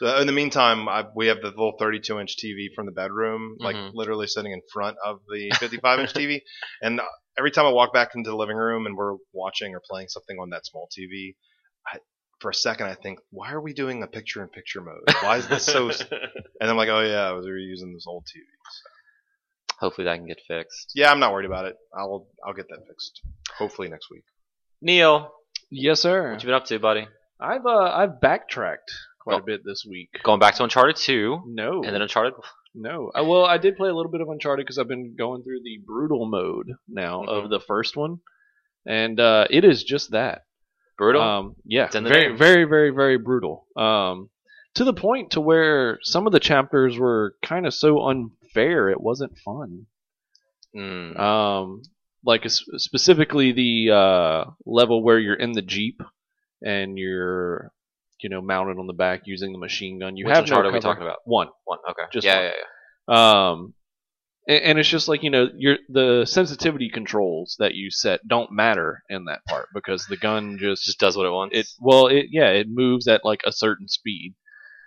So in the meantime, I, we have the little 32 inch TV from the bedroom, like
Mhm.
literally sitting in front of the 55 inch TV. And uh, every time I walk back into the living room and we're watching or playing something on that small TV, I, for a second I think, why are we doing a picture in picture mode? Why is this so? s-" and I'm like, oh yeah, I was reusing this old TV.
Hopefully that can get fixed.
Yeah, I'm not worried about it. I'll I'll get that fixed. Hopefully next week.
Neil,
Yes, sir.
what you been up to, buddy?
I've uh, I've backtracked quite
Oh.
a bit this week.
Going back to Uncharted 2,
No,
and then Uncharted.
no. I, well, I did play a little bit of Uncharted because I've been going through the brutal mode now
Mm-hmm.
of the first one, and uh, it is just that.
Brutal.
Uh,
Um, yeah,
It's in the
very,
name.
very, very, very brutal. Um, to the point to where some of the chapters were kind of so unfair, it wasn't fun.
Mm.
Um, like s- specifically the uh, level where you're in the jeep and you're, you know, mounted on the back using the machine gun. You
Which
have
Uncharted
no
are we
cover.
talking about?
One.
One. Okay.
Just
yeah,
one.
yeah, yeah.
Um, and, and it's just like you know, your the sensitivity controls that you set don't matter in that part because the gun
It
just
just does what it wants.
it well it yeah it moves at like a certain speed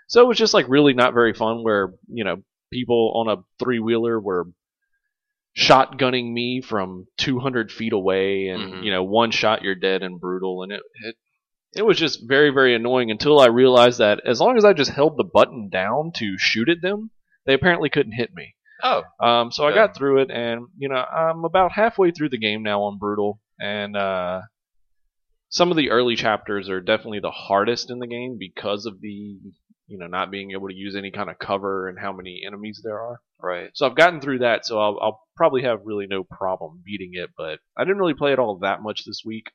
so it was just like really not very fun where you know people on a three-wheeler were shotgunning me from 200 feet away and
Mhm.
you know one shot you're dead and brutal and it, it it was just very very annoying until i realized that as long as i just held the button down to shoot at them they apparently couldn't hit me
oh,
um, so I
Okay.
got through it, and you know I'm about halfway through the game now on brutal, and uh, some of the early chapters are definitely the hardest in the game because of the you know not being able to use any kind of cover and how many enemies there are.
right.
So I've gotten through that, so I'll, I'll probably have really no problem beating it. But I didn't really play it all that much this week.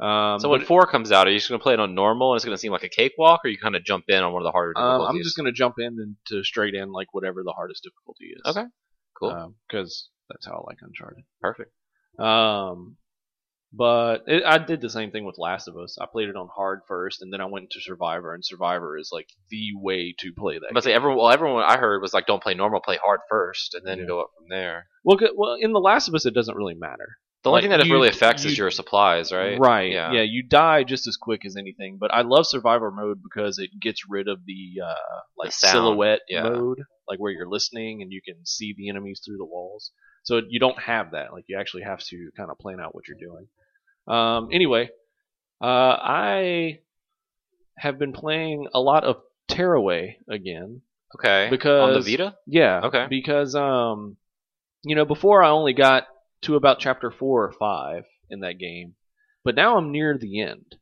Um,
So
but
when four comes out, are you just gonna play it on normal and it's gonna seem like a cakewalk, or you kind of jump in on one of the harder
um,
difficulties?
I'm just gonna jump in and to straight in like whatever the hardest difficulty is.
Okay. Cool.
because that's how I like Uncharted.
Perfect.
Um, but it, I did the same thing with Last of Us. I played it on hard first, and then I went into Survivor, and Survivor is like the way to play that.
I'm about to say everyone. Well, everyone I heard was like, don't play normal, play hard first, and then
Yeah.
go up from there.
Well, good, well, in the Last of Us, it doesn't really matter.
The only
Like,
thing that it
you-
really affects
you-
is your supplies, right?
Right.
Yeah.
Yeah. You die just as quick as anything, but I love Survivor mode because it gets rid of the uh, like
sound,
silhouette
yeah.
mode, like where you're listening and you can see the enemies through the walls. So you don't have that. Like you actually have to kind of plan out what you're doing. Um, anyway, uh, I have been playing a lot of Tearaway again.
Okay. on the
Because-
Vita.
Yeah.
Okay.
Because um, you know, before I only got to about chapter four or five in that game, but now I'm near the end,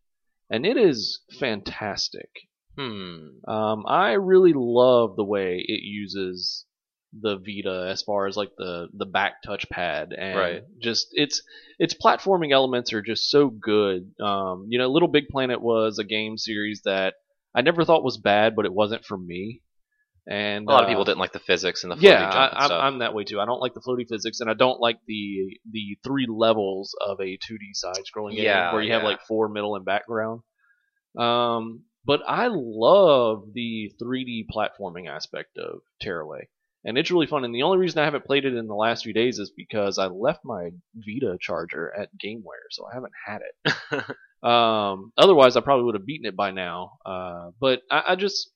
and it is fantastic.
Hmm.
Um, I really love the way it uses the Vita as far as like the the back touchpad and
Right.
just it's its platforming elements are just so good. Um, you know, Little Big Planet was a game series that I never thought was bad, but it wasn't for me. And
A lot of
uh,
people didn't like the physics and the
yeah,
floaty jump and
I, I'm,
stuff.
I'm that way too. I don't like the floaty physics, and I don't like the the three levels of a 2D side scrolling
Yeah,
game where you have
yeah.
like four, middle, and background. Um, but I love the 3D platforming aspect of Tearaway, and it's really fun. And the only reason I haven't played it in the last few days is because I left my Vita charger at GameWare, so I haven't had it. Um, otherwise, I probably would have beaten it by now. Uh, but I, I just,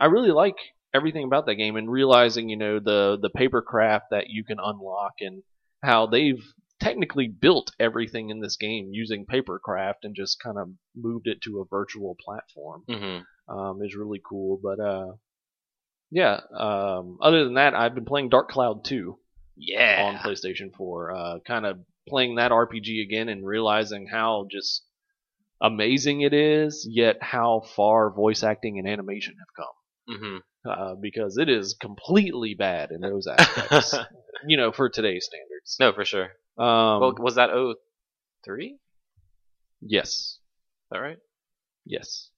I really like everything about that game and realizing, you know, the the paper craft that you can unlock and how they've technically built everything in this game using paper craft and just kind of moved it to a virtual platform
Mhm.
um, is really cool. But uh, yeah, um, other than that, I've been playing Dark Cloud 2 on
Yeah.
PlayStation 4. Uh, kind of playing that RPG again and realizing how just amazing it is, yet how far voice acting and animation have
Mhm.
come. Uh, because it is completely bad in those aspects, you know, for today's standards.
No, for sure.
Um,
well, was that O three? Is
yes,
that right?
yes.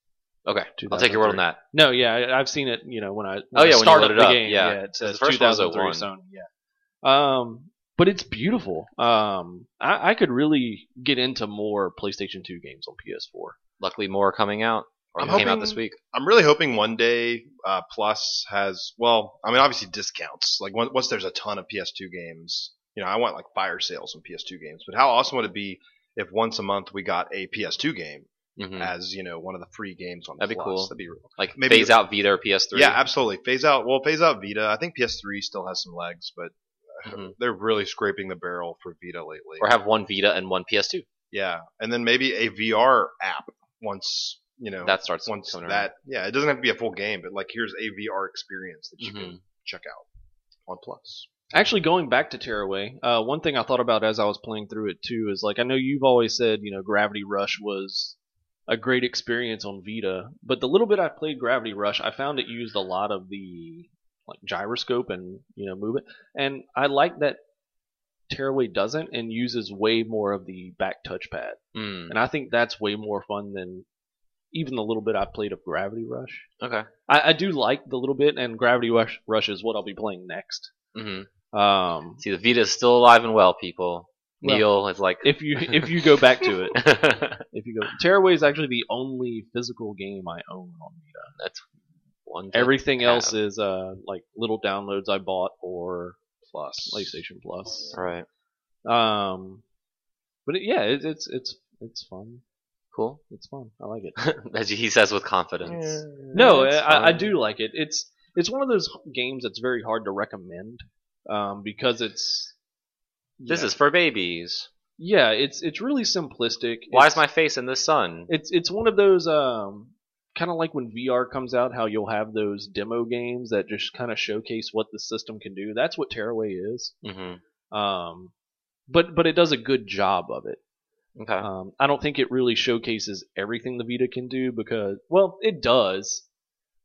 Okay. I'll take your word on that.
No, yeah, I, I've seen it. You know, when I
Oh, yeah,
when I
when you
start
load
up
it
the
up,
game,
yeah.
yeah, it says
the first one's
2003
01.
Sony, yeah. Um, but it's beautiful. Um, I, I could really get into more PlayStation 2 games on PS4.
Luckily, more are coming out. Or
I'm
it came out
hoping-
this week.
I'm really hoping one day uh, Plus has well, I mean obviously discounts. Like on- once there's a ton of PS2 games, you know, I want like fire sales on PS2 games. But how awesome would it be if once a month we got a PS2 game
Mhm.
as you know one of the free games on
That'd be
Plus?
cool.
That'd be real.
Like
maybe-
phase out Vita or PS3.
Yeah, absolutely. Phase out. Well, phase out Vita. I think PS3 still has some legs, but uh,
Mhm.
they're really scraping the barrel for Vita lately.
or have one Vita and one PS2.
yeah, and then maybe a VR app once you know
That starts
once
coming around.
that yeah it doesn't have to be a full game but like here's a vr experience that you
Mhm.
can check out on plus
Actually, going back to Tearaway, uh, one thing I thought about as I was playing through it too is like I know you've always said you know Gravity Rush was a great experience on Vita, but the little bit I played Gravity Rush, I found it used a lot of the like gyroscope and you know movement, and I like that Tearaway doesn't and uses way more of the back touchpad,
Mm.
and I think that's way more fun than even the little bit I played of Gravity Rush.
Okay.
I, I do like the little bit, and Gravity Rush, Rush is what I'll be playing next.
hmm
Um,
See, the Vita is still alive and well, people.
Well,
Neil is like.
if you if you go back to it, if you go, Tearaway is actually the only physical game I own on Vita.
That's one. thing.
Everything
Yeah.
else is uh like little downloads I bought or
plus
PlayStation Plus.
All right.
Um, but it, yeah, it, it's it's it's fun.
Cool.
It's fun. I like it.
As he says with confidence.
No,
It's
I, I
fun.
do like it. It's it's one of those games that's very hard to recommend um, because it's
This
yeah.
is for babies.
yeah, it's it's really simplistic.
Why
It's-
is my face in the sun?
It's it's one of those um kind of like when VR comes out, how you'll have those demo games that just kind of showcase what the system can do. That's what Tearaway is.
Mm-hmm.
Um, but but it does a good job of it.
Okay.
Um, I don't think it really showcases everything the Vita can do because well, it does.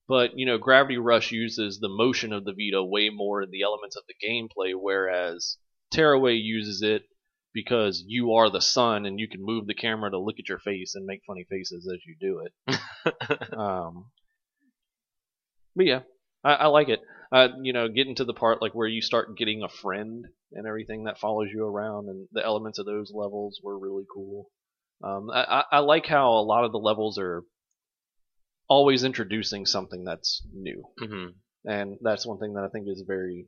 But you know, Gravity Rush uses the motion of the Vita way more in the elements of the gameplay, whereas Tearaway uses it because you are the sun and you can move the camera to look at your face and make funny faces as you do it. um, but yeah, I, I like it. Uh, you know, getting to the part like where you start getting a friend and everything that follows you around, and the elements of those levels were really cool. Um, I, I, I like how a lot of the levels are always introducing something that's new,
hmm
and that's one thing that I think is very,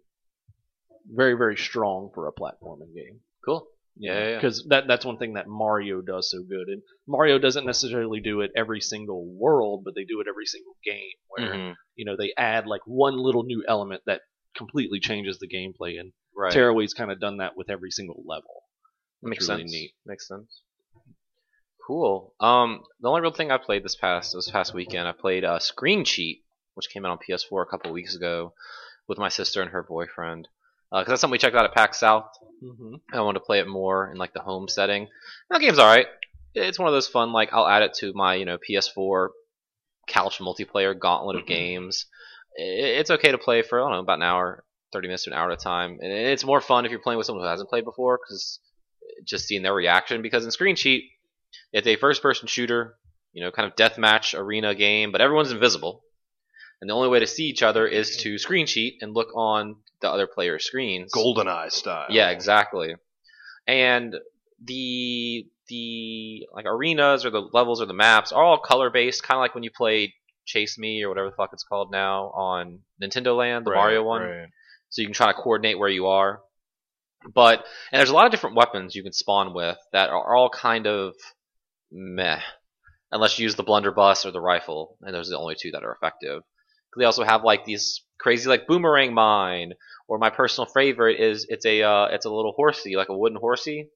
very, very strong for a platforming game.
Cool. Yeah, yeah, yeah.
because that that's one thing that Mario does so good, and Mario doesn't necessarily do it every single world, but they do it every single game where
Mhm.
you know they add like one little new element that completely changes the gameplay and
Right.
Tearaway's kind of done that with every single level.
Makes
It's really
sense.
neat.
Makes sense. Cool. Um, the only real thing I played this past this past weekend, I played uh, Screen Cheat, which came out on PS4 a couple weeks ago, with my sister and her boyfriend. Because that's something we checked out at PAX South.
Mm-hmm.
I want to play it more in like the home setting. That game's all right. It's one of those fun like I'll add it to my you know PS4 couch multiplayer gauntlet of games. I- It's okay to play for I don't know about an hour, thirty minutes to an hour at a time, and it's more fun if you're playing with someone who hasn't played before because just seeing their reaction. Because in Screen Cheat, it's a first-person shooter, you know, kind of deathmatch arena game, but everyone's invisible, and the only way to see each other is to screen cheat and look on the other player's screens.
golden eye style
Yeah, exactly. And the the like arenas or the levels or the maps are all color based, kind of like when you play Chase Me or whatever the fuck it's called now on Nintendo Land, the
Right,
Mario one.
right.
So you can try to coordinate where you are. But and there's a lot of different weapons you can spawn with that are all kind of meh, unless you use the blunderbuss or the rifle, and those are the only two that are effective. They also have like these crazy like boomerang mine, or my personal favorite is it's a uh, it's a little horsey like a wooden horsey,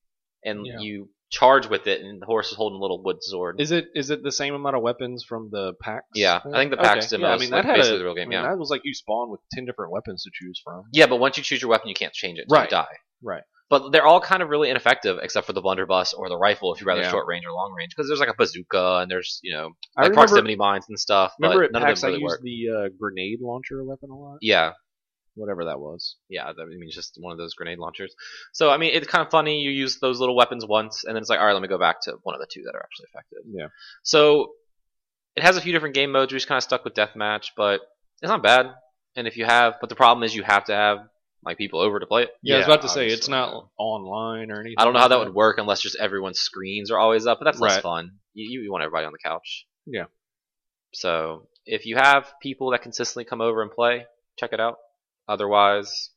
and
Yeah.
you charge with it, and the horse is holding a little wood sword.
Is it is it the same amount of weapons from the packs?
Yeah, I think the packs demo
Yeah, I
is,
mean
like,
that had
basically
a,
the real game,
I mean,
yeah.
that was like you spawn with ten different weapons to choose from.
Yeah, but once you choose your weapon, you can't change it. Till
Right.
You die.
Right.
But they're all kind of really ineffective, except for the blunderbuss or the rifle, if you're rather
Yeah.
short range or long range, because there's like a bazooka and there's you know
I
like
remember,
proximity mines and stuff.
remember
but
at
none
PAX
of them
I
really
used
work.
the uh, grenade launcher weapon a lot,
Yeah,
whatever that was.
yeah, that, I mean, it's just one of those grenade launchers. So, I mean, it's kind of funny. You use those little weapons once, and then it's like, all right, let me go back to one of the two that are actually effective.
Yeah.
So, it has a few different game modes. We're just kind of stuck with deathmatch, but it's not bad. And if you have, but the problem is you have to have like people over to play it.
Yeah, I was about to say it's
obviously,
not
yeah.
online or anything.
I don't know how that would work unless just everyone's screens are always up, but that's less
Right.
fun. You, you want everybody on the couch.
Yeah.
So if you have people that consistently come over and play, check it out. Otherwise,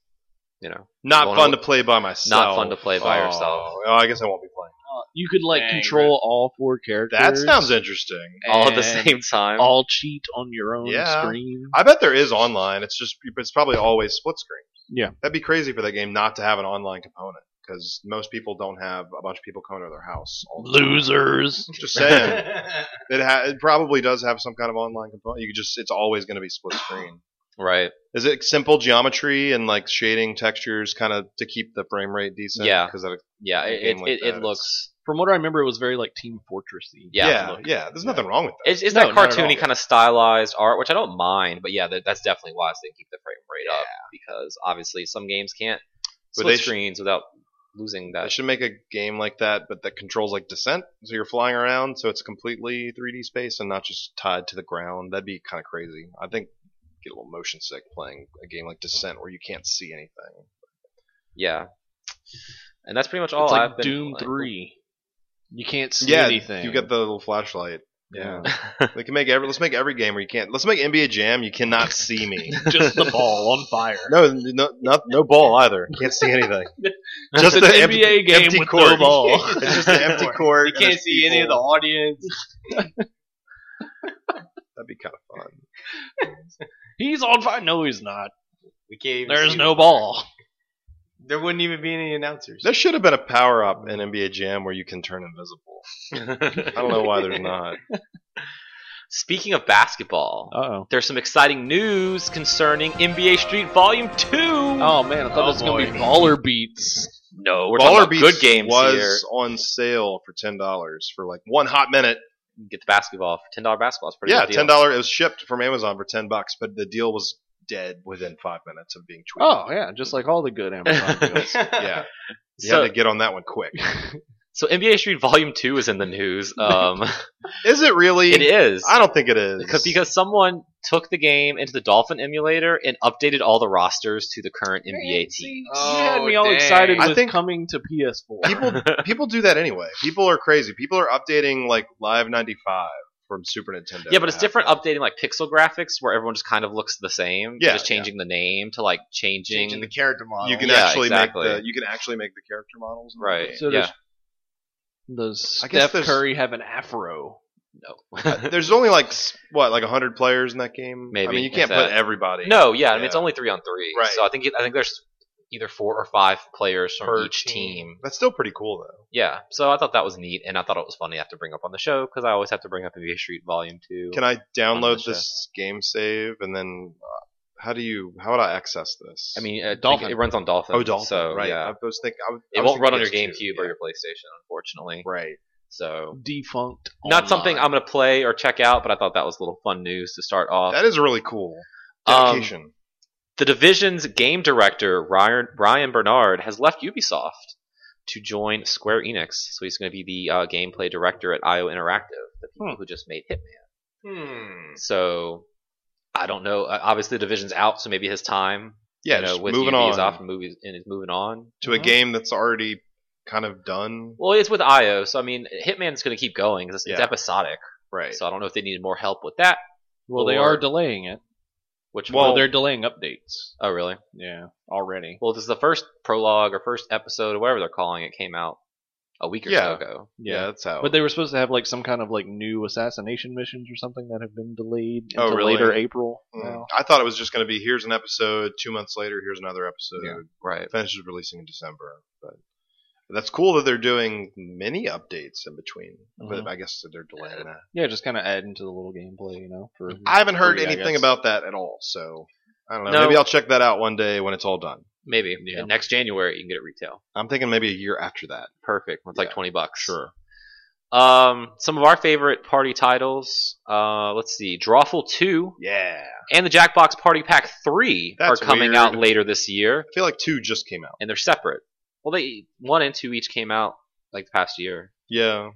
you know,
Not
Well,
fun
no.
to play by myself.
fun to play by
Oh,
yourself.
well, I guess I won't be playing.
You could like
Dang,
control all four characters.
That sounds interesting.
all at the
and
same time.
All cheat on your own
Yeah.
screen.
I bet there is online. It's just it's probably always split screen.
Yeah.
that'd be crazy for that game not to have an online component because most people don't have a bunch of people coming to their house. All the time.
Losers.
Just saying, it, ha- it probably does have some kind of online component. You could just it's always going to be split screen.
right.
Is it simple geometry and like shading textures, kind of to keep the frame rate decent?
Yeah.
'Cause that,
Yeah,
A
it,
game
it,
like
it,
that
it
is-
looks.
From what I remember, it was very like Team Fortressy.
Yeah,
yeah,
look.
yeah, There's nothing wrong with that.
It's, it's
No,
that
not at all.
cartoony kind of stylized art, which I don't mind, but yeah, that, that's definitely wise they keep the frame rate up because obviously some games can't
But
split
they sh-
screens without losing
They
that.
should make a game like that, but that controls like descent, so you're flying around, so it's completely 3D space and not just tied to the ground. That'd be kind of crazy. I think you get a little motion sick playing a game like Descent where you can't see anything.
yeah, and that's pretty much all
It's like
I've been
Doom
playing.
Three. You can't see
yeah,
anything.
you got the little flashlight. Yeah, they can make every. Let's make every game where you can't. Let's make NBA Jam. You cannot see me.
just the ball on fire.
No, no, not, no ball either. Can't see anything.
Just
Just
an
the empty-
NBA game
empty
with
court.
no ball.
It's just an empty court.
you
and
can't
there's
see any of the
people.
audience.
That'd be kind of fun.
He's on fire. No, he's not.
We can't. Even
There's
see
no
them.
ball.
There wouldn't even be any announcers.
There should have been a power up in NBA Jam where you can turn invisible. I don't know why there's not.
Speaking of basketball,
Uh oh.
there's some exciting news concerning NBA Street Volume Two.
Oh man, I thought
Oh,
this was gonna be
boy.
baller beats.
no, we're
Baller
talking
Beats
about good games
was
here.
on sale for ten dollars for like one hot minute.
You can Get the basketball for ten dollar basketball. It's a pretty
yeah,
good deal.
ten dollar. It was shipped from Amazon for ten bucks, but the deal was dead within five minutes of being tweeted.
Oh yeah, just like all the good Amazon deals.
yeah, you
So,
had to get on that one quick.
so NBA Street Volume Two is in the news. Um,
Is it really?
it is.
I don't think it is
because because someone took the game into the Dolphin emulator and updated all the rosters to the current NBA team.
you had
Oh,
me all
dang.
excited
I
with
think-
coming to PS4.
people people do that anyway. People are crazy. People are updating like Live ninety five from Super Nintendo.
Yeah, but it's
to have
different
that.
updating like pixel graphics where everyone just kind of looks the same.
Yeah,
just changing the name to like changing.
Changing the character model.
You can
Yeah,
actually
exactly.
make the you can actually make the character models. in the
right.
game.
So
yeah.
Does
I guess
Steph
there's-
Curry have an afro?
No.
There's only like s- what like hundred players in that game. I
Maybe,
mean, you
if
can't
that.
put everybody.
no. Yeah. I mean, it's
Yeah.
only three on three.
Right.
So I think it, I think there's either four or five players from
Per
each team.
That's still pretty cool though.
Yeah. So I thought that was neat, and I thought it was funny to have to bring up on the show because I always have to bring up NBA Street Volume Two.
Can I download
show.
this game save and then uh, how do you how would I access this?
I mean, uh,
Dolphin.
it runs on Dolphin.
oh, Dolphin,
So
right?
yeah.
I was thinking I was,
It
I was
won't run on your
thinking
GameCube
PS2,
or your PlayStation, unfortunately.
yeah. right. uh,
So
Defunct.
not something
online.
I'm gonna play or check out, but I thought that was a little fun news to start off.
That is really cool.
Um,
Dedication.
the division's game director Ryan Ryan Bernard has left Ubisoft to join Square Enix, so he's gonna be the uh, gameplay director at IO Interactive, the people who just made Hitman.
Hmm.
So I don't know. Uh, Obviously, the division's out, so maybe his time,
yeah,
you know,
just
with E
moving
Ubisoft
on
and movies and is moving on.
to a game that's already kind of done.
Well, it's with IO, so I mean, Hitman's gonna keep going 'cause it's, it's
Yeah.
episodic.
Right.
So I don't know if they needed more help with that.
Well, they
or-
are delaying it.
Which
Well,
one?
they're delaying updates.
oh really?
Yeah, already.
Well, this is the first prologue or first episode or whatever they're calling it came out a week or
Yeah.
so ago.
yeah, that's how.
But they were supposed to have like some kind of like new assassination missions or something that have been delayed
Oh,
until
really?
later April.
Hmm.
Mm.
now.
I thought it was just going to be here's an episode. Two months later, here's another episode.
Yeah.
Right.
finishes releasing in December, but that's cool that they're doing mini updates in between. But
Mhm.
I guess that they're delaying that.
Yeah, just kind of adding to the little gameplay, you know. For
I haven't heard
Three, I
anything
guess.
about that at all, so I don't know.
No.
Maybe I'll check that out one day when it's all done.
Maybe
Yeah.
And next January you can get it retail.
I'm thinking maybe a year after that.
Perfect. It's like
Yeah.
twenty bucks.
Sure.
Um, some of our favorite party titles. Uh, let's see, Drawful Two
Yeah. I
and the Jackbox Party Pack Three
That's
are coming
weird.
out later this year,
feel like two just came out.
and they're separate. Well, they one and two each came out like the past year.
Yeah.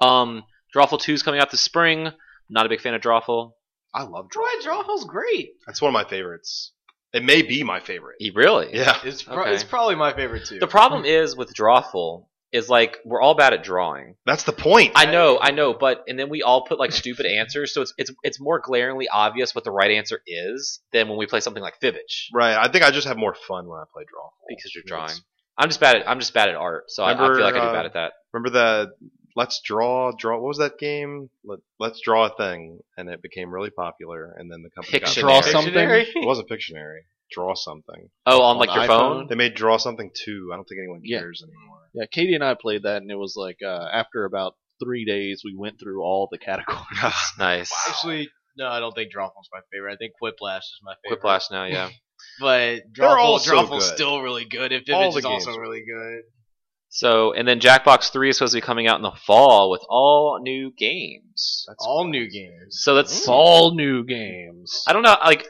Um, Drawful Two is coming out this spring. Not a big fan of Drawful.
I love Draw.
Troy Drawful's great.
That's one of my favorites. It may be my favorite.
Really?
Yeah.
It's, pro-
Okay.
Hmm.
it's probably my favorite too.
The problem is with Drawful is like we're all bad at drawing.
That's the point.
I know, I know, but and then we all put like stupid answers, so it's it's it's more glaringly obvious what the right answer is than when we play something like Fibbage
right. I think I just have more fun when I play draw.
because you're drawing. I'm just bad at I'm just bad at art, so I- I,
Remember,
feel like I do
uh,
bad at that.
Remember the Let's Draw Draw what was that game? Let, let's Draw a Thing and it became really popular and then the company got
Pictionary. Draw
something?
It wasn't Pictionary. Draw something.
Oh, on
On
like
the
your
iPhone?
phone.
They made Draw Something 2. I don't think anyone
Yeah.
cares anymore.
Yeah, Katie and I played that, and it was like uh, after about three days, we went through all the categories.
Nice.
Actually, no, I don't think Drawful's my favorite. I think Whiplash is my favorite.
Whiplash now, yeah.
But
They're all
Drawful,
so
Drawful's
good.
still really good. And
All
Vivage
the
is also
games are-
really good.
So, and then Jackbox 3 is supposed to be coming out in the fall with all new games.
That's
All new games.
So that's
It's all new games.
I don't know, like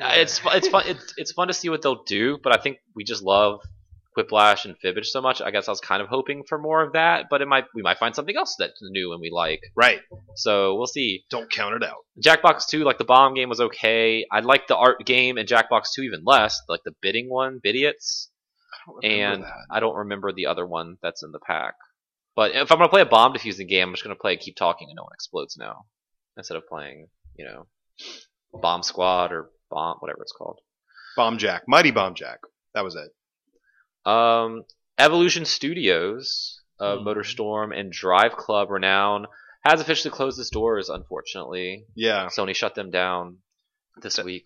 Uh, it's fu- it's fun it's, it's fun to see what they'll do, but I think we just love Whiplash and Fibbage so much. I guess I was kind of hoping for more of that, but it might we might find something else that's new and we like.
right.
So we'll see.
Don't count it out.
Jackbox 2, like the bomb game was okay. I liked the art game and Jackbox 2 even less, like the bidding one, Bidiots. and I don't remember the other one that's in the pack. But if I'm gonna play a bomb defusing game, I'm just gonna play Keep Talking and No One Explodes Now, instead of playing, you know, Bomb Squad or Bomb, whatever it's called.
Bomb Jack. Mighty Bomb Jack. That was it.
Um, Evolution Studios, uh,
Mm-hmm.
Hmm.
Motor Storm and Drive Club, renown has officially closed its doors. Unfortunately,
Yeah.
Sony shut them down this week.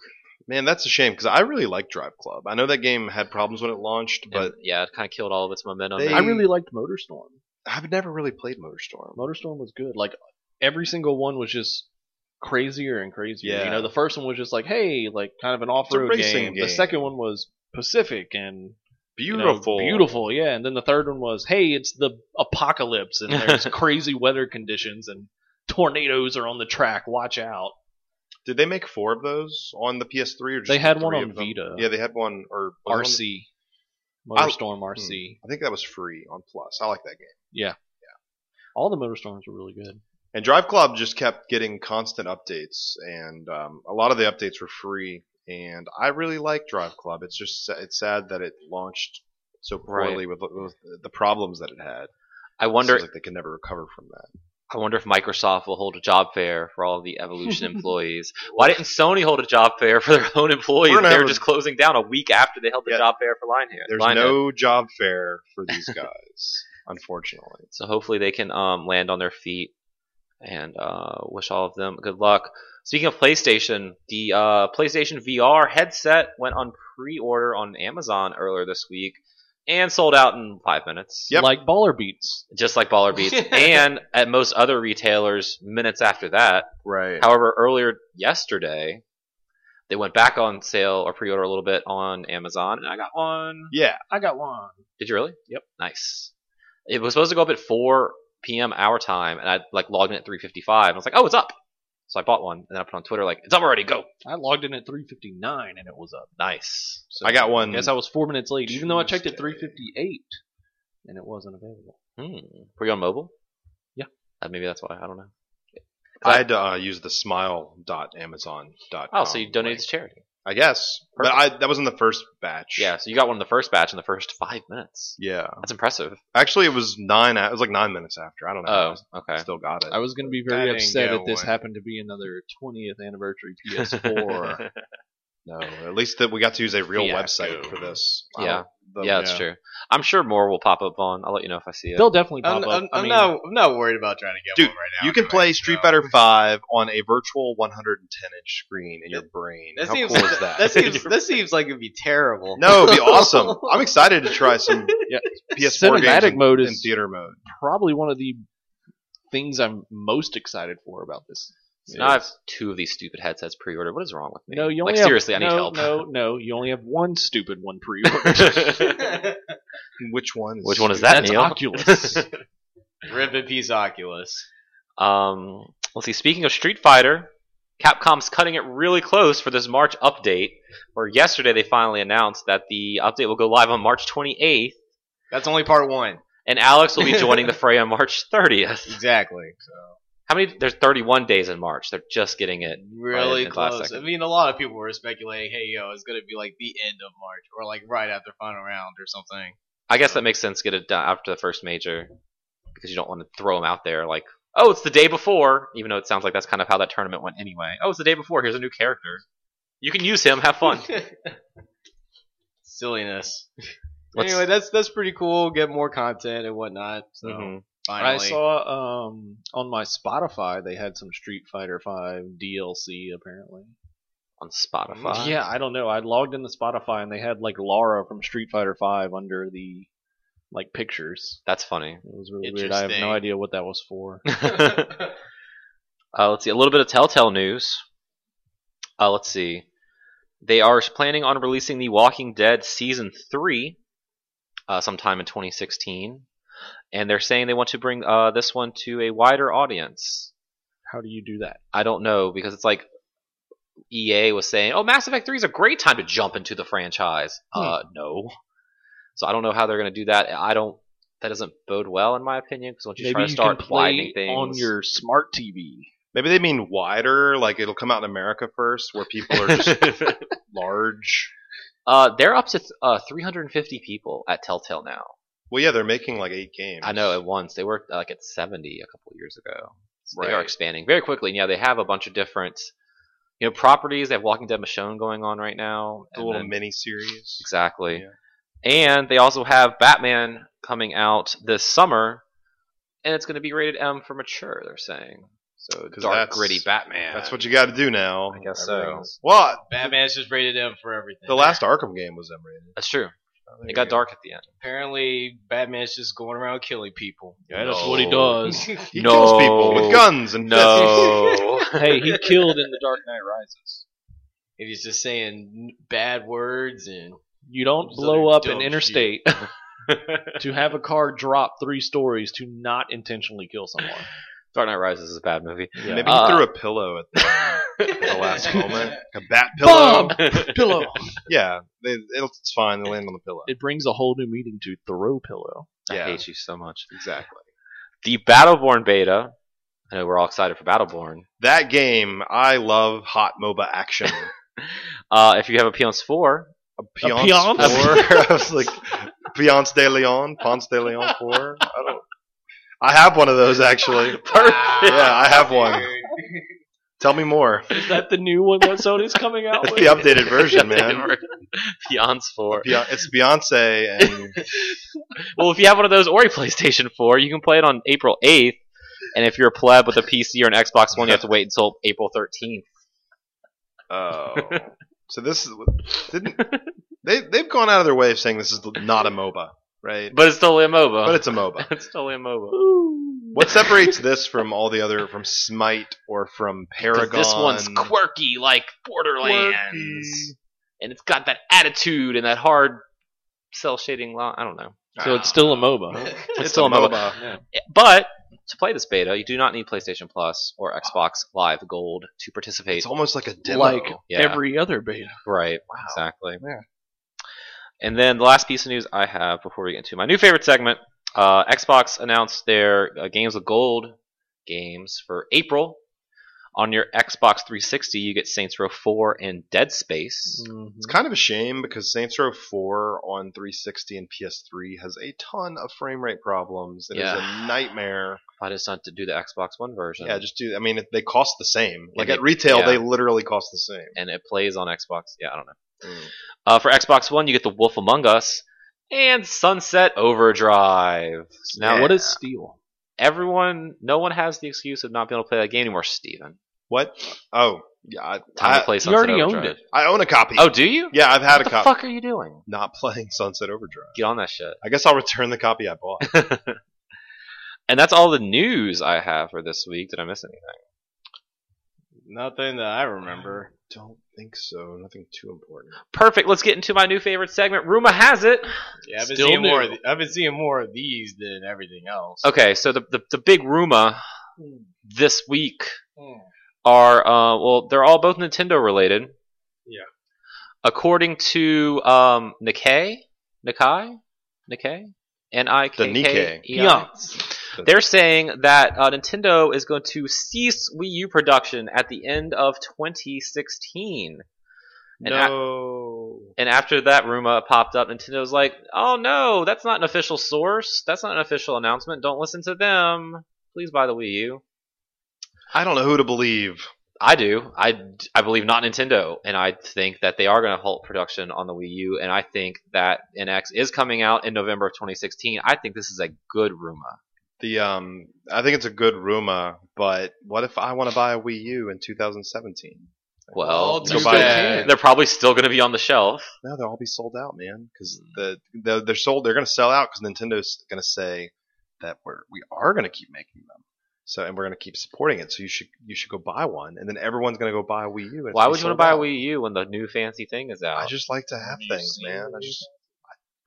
Man, that's a shame because I really like Drive Club. I know that game had problems when it launched,
But
but
yeah, it kind of killed all of its momentum.
They-
I really liked MotorStorm.
I've never really played MotorStorm.
MotorStorm was good. Like every single one was just crazier and crazier.
Yeah.
You know, the first one was just like, hey, like kind of an
a
off-road
racing
game.
game.
The second one was Pacific and you know,
Beautiful.
beautiful, yeah. And then the third one was, hey, it's the apocalypse and there's crazy weather conditions and tornadoes are on the track. Watch out.
Did they make four of those on the PS3 or just
They had
the
one
three
on
of them?
Vita.
Yeah, they had one or was it on the-
RC,
I- Hmm.
MotorStorm RC.
I think that was free on Plus. I like that game.
All the MotorStorms were really good.
And Drive Club just kept getting constant updates, and um, a lot of the updates were free. And I really like Drive Club. It's just sa- it's sad that it launched so poorly with, with the problems that it had.
I wonder
Seems like they can never recover from that.
I wonder if Microsoft will hold a job fair for all the Evolution employees. Why didn't Sony hold a job fair for their own employees?
We're gonna
They were
have a-
just closing down a week after they held the
Yeah.
job fair for Lionhead.
There's
Lionhead.
no job fair for these guys, unfortunately.
So hopefully they can um, land on their feet and uh, wish all of them good luck. Speaking of PlayStation, the uh, PlayStation VR headset went on pre-order on Amazon earlier this week and sold out in five minutes.
Yep.
Like Baller Beats.
Just like Baller Beats, and at most other retailers, minutes after that.
Right.
However, earlier yesterday, they went back on sale or pre-order a little bit on Amazon, and I got one.
yeah.
I got one.
Did you really?
Yep.
Nice. It was supposed to go up at 4 p.m. our time, and I like logged in at 3:55. I was like, oh, it's up. So I bought one, and then I put on Twitter like, it's up already. Go.
I logged in at 3:59 and it was up.
Nice.
So
I got one.
I guess I was four minutes late, even though I checked at
Tuesday.
3:58 and it wasn't available.
Hmm. Were you on mobile?
Yeah.
Uh, maybe that's why. I don't know.
I had to uh, use the smile.amazon.com.
Oh, so you donated
link.
to charity?
I guess. But I, that was in the first batch.
Yeah. So you got one in the first batch in the first five minutes.
Yeah.
That's impressive.
Actually, it was nine. It was like nine minutes after. I don't know.
Oh,
I
okay.
still got it.
I was going to be
I
very
didn't
upset
get
that this
one.
happened to be another 20th anniversary PS4.
no, at least that we got to use a real
Fiasco.
website for this.
Yeah.
I don't- the-
yeah, that's true. I'm sure more will pop up on. I'll let you know if I see it.
They'll definitely pop
I'm,
up.
I'm,
I
I'm
mean,
not, I'm not worried about trying to get
Dude,
one right now.
You can
anyway,
play
so-
Street Fighter Five on a virtual 110-inch screen in your brain.
That
How
seems,
cool is that?
that seems that seems like it'd be terrible.
no, it'd be awesome. I'm excited to try some
Yeah.
PS4 games
Cinematic
in,
mode is-
in theater mode.
probably one of the things I'm most excited for about this.
So now I have two of these stupid headsets pre-ordered. What is wrong with me?
No, you only
like
have,
seriously, I need
no,
help.
No, no, you only have one stupid one pre-ordered.
Which one? Is
Which one is
stupid?
that?
That's
Neil?
Oculus.
Rip in peace, Oculus.
um, let's see. Speaking of Street Fighter, Capcom's cutting it really close for this March update. Or yesterday, they finally announced that the update will go live on March 28th,
That's only part one.
and Alex will be joining the fray on March 30th.
Exactly. So
How many? There's 31 days in March. They're just getting it.
really
in the last
close. I
second.
mean, a lot of people were speculating, hey, yo, it's gonna be like the end of March or like right after final round or something.
I guess that makes sense. Get it done after the first major because you don't want to throw them out there like, oh, it's the day before. Even though it sounds like that's kind of how that tournament went anyway. Oh, it's the day before. Here's a new character. You can use him. Have fun.
Silliness.
Let's-
Anyway, that's that's pretty cool. Get more content and whatnot. So
Mhm.
finally,
I saw um, on my Spotify they had some Street Fighter Five DLC apparently.
on Spotify.
Yeah, I don't know. I logged into Spotify and they had like Lara from Street Fighter Five under the like pictures.
that's funny.
It was really weird. I have
Interesting.
no idea what that was for.
uh, let's see a little bit of Telltale news. Uh, let's see, they are planning on releasing The Walking Dead season three uh, sometime in 2016, and they're saying they want to bring uh, this one to a wider audience.
How do you do that?
I don't know because it's like EA was saying, "Oh, Mass Effect three is a great time to jump into the franchise."
Hmm.
Uh, no, so I don't know how they're going to do that. I don't. That doesn't bode well, in my opinion, because once you
Maybe
try
you
to start
can
widening
play
things
on your smart TV.
Maybe they mean wider, like it'll come out in America first, where people are just large.
Uh, they're up to uh, 350 people at Telltale now.
Well, yeah, they're making like eight games.
I know at once they were uh, like at 70 a couple of years ago. So They are
Right.
expanding very quickly. And yeah, they have a bunch of different, you know, properties. They have Walking Dead Michonne going on right now.
the
and
little
then-
mini series.
exactly.
Yeah.
And they also have Batman coming out this summer, and it's going to be rated M for mature. They're saying so
'Cause
dark,
that's-
gritty Batman.
That's what you got to do now.
I guess so.
Everything's- Well,
Batman's just rated M for everything.
the last Arkham game was M-rated.
That's true.
Oh, there
It got
you go.
dark at the end.
apparently Batman's just going around killing people.
Yeah,
No.
that's what he does.
He
No.
kills people with guns and
No.
hey, he killed in The Dark Knight Rises.
And he's just saying bad words and
You don't
Those
blow
other
up
dumb
an
shit.
interstate to have a car drop three stories to not intentionally kill someone.
Dark Knight Rises is a bad movie.
fists. Maybe
Uh,
he threw a pillow at the, at the last moment. A bat pillow.
Bomb! pillow.
Yeah, they, it'll, it's fine. They land on the pillow.
It brings a whole new meaning to throw pillow.
I
Yeah.
hate you so much.
exactly.
The Battleborn beta. I know we're all excited for Battleborn.
That game, I love hot MOBA action.
Uh, if you have a PS4,
A Beyonce
Beyonce?
4. I was like, Beyonce de Leon, Ponce de Leon 4. I don't. I have one of those actually. Yeah, I have one. Tell me more.
Is that the new one that Sony's coming out
It's
with?
the updated version, man.
Beyond's 4.
Beyonce, it's Beyonce and
Well, if you have one of those or a PlayStation 4, you can play it on April 8th. And if you're a pleb with a PC or an Xbox One, you have to wait until April 13th.
oh. So this is didn't they? They've gone out of their way of saying this is not a MOBA, right?
But it's still a MOBA.
But it's a MOBA.
it's still a MOBA.
What separates this from all the other from Smite or from
'Cause
Paragon?
This one's quirky, like Borderlands,
Quirky.
and it's got that attitude and that hard cell shading. Line. I don't know.
So it's still a MOBA.
It's,
It's
still
a
a MOBA.
Uh,
MOBA.
But to play this beta, you do not need PlayStation Plus or Xbox Live Gold to participate.
It's almost like a demo.
Like
Yeah.
every other beta.
right, exactly.
Yeah.
And then the last piece of news I have before we get into my new favorite segment, uh, Xbox announced their uh, Games of Gold games for April. On your Xbox 360, you get Saints Row 4 and Dead
Mm.
Space.
Mm-hmm.
It's kind of a shame because Saints Row 4 on 360 and PS3 has a ton of frame rate problems. It is
Yeah.
a nightmare.
I just not to do the Xbox One version.
Yeah, just do. I mean, they cost the same. Like
they-
at retail,
yeah.
they literally cost the same.
and it plays on Xbox. Yeah, I don't know.
Mm.
Uh, for Xbox One, you get The Wolf Among Us and Sunset Overdrive. So now,
Now, what is Steel?
everyone, no one has the excuse of not being able to play that game anymore, Steven.
What? Oh, yeah. I,
Time to
I,
play
You
Sunset
already
Overdrive.
owned it.
I own a copy.
Oh, do you?
yeah, I've had
What
a
the
copy.
fuck are you doing?
Not playing Sunset Overdrive.
Get on that shit.
I guess I'll return the copy I bought.
And that's all the news I have for this week. Did I miss anything?
Nothing that I remember.
Don't think so. Nothing too important.
Perfect. Let's get into my new favorite segment. Rumor has it.
Yeah, I've been
Still
seeing
new.
more. Of the, I've been seeing more of these than everything else.
Okay, so the the, the big rumor
Hmm.
this week
Hmm.
are uh, well, they're all both Nintendo related.
Yeah.
According to um, Nikkei, Nikkei, Nikkei, N I K K
Nikkei.
E I. They're saying that uh, Nintendo is going to cease Wii U production at the end of 2016. And I-
no.
And after that rumor popped up, Nintendo's like, "Oh no, that's not an official source. That's not an official announcement. Don't listen to them. Please buy the Wii U."
I don't know who to believe.
I do. I, I believe not Nintendo, and I think that they are going to halt production on the Wii U. And I think that NX is coming out in November of 2016. I think this is a good rumor.
The um, I think it's a good rumor, but what if I want to buy a Wii U in 2017?
Well,
Well,
they're
too
probably-
bad.
they're probably still going to be on the shelf.
No, they'll all be sold out, man. Because
Hmm.
the, the they're sold. They're going to sell out because Nintendo's going to say that we're we are going to keep making them. So and we're going to keep supporting it. So you should you should go buy one, and then everyone's going to go buy a Wii U. and it's
Why
gonna
would you want
be sold
to buy a
out.
Wii U when the new fancy thing is out?
I just like to have things, man. I just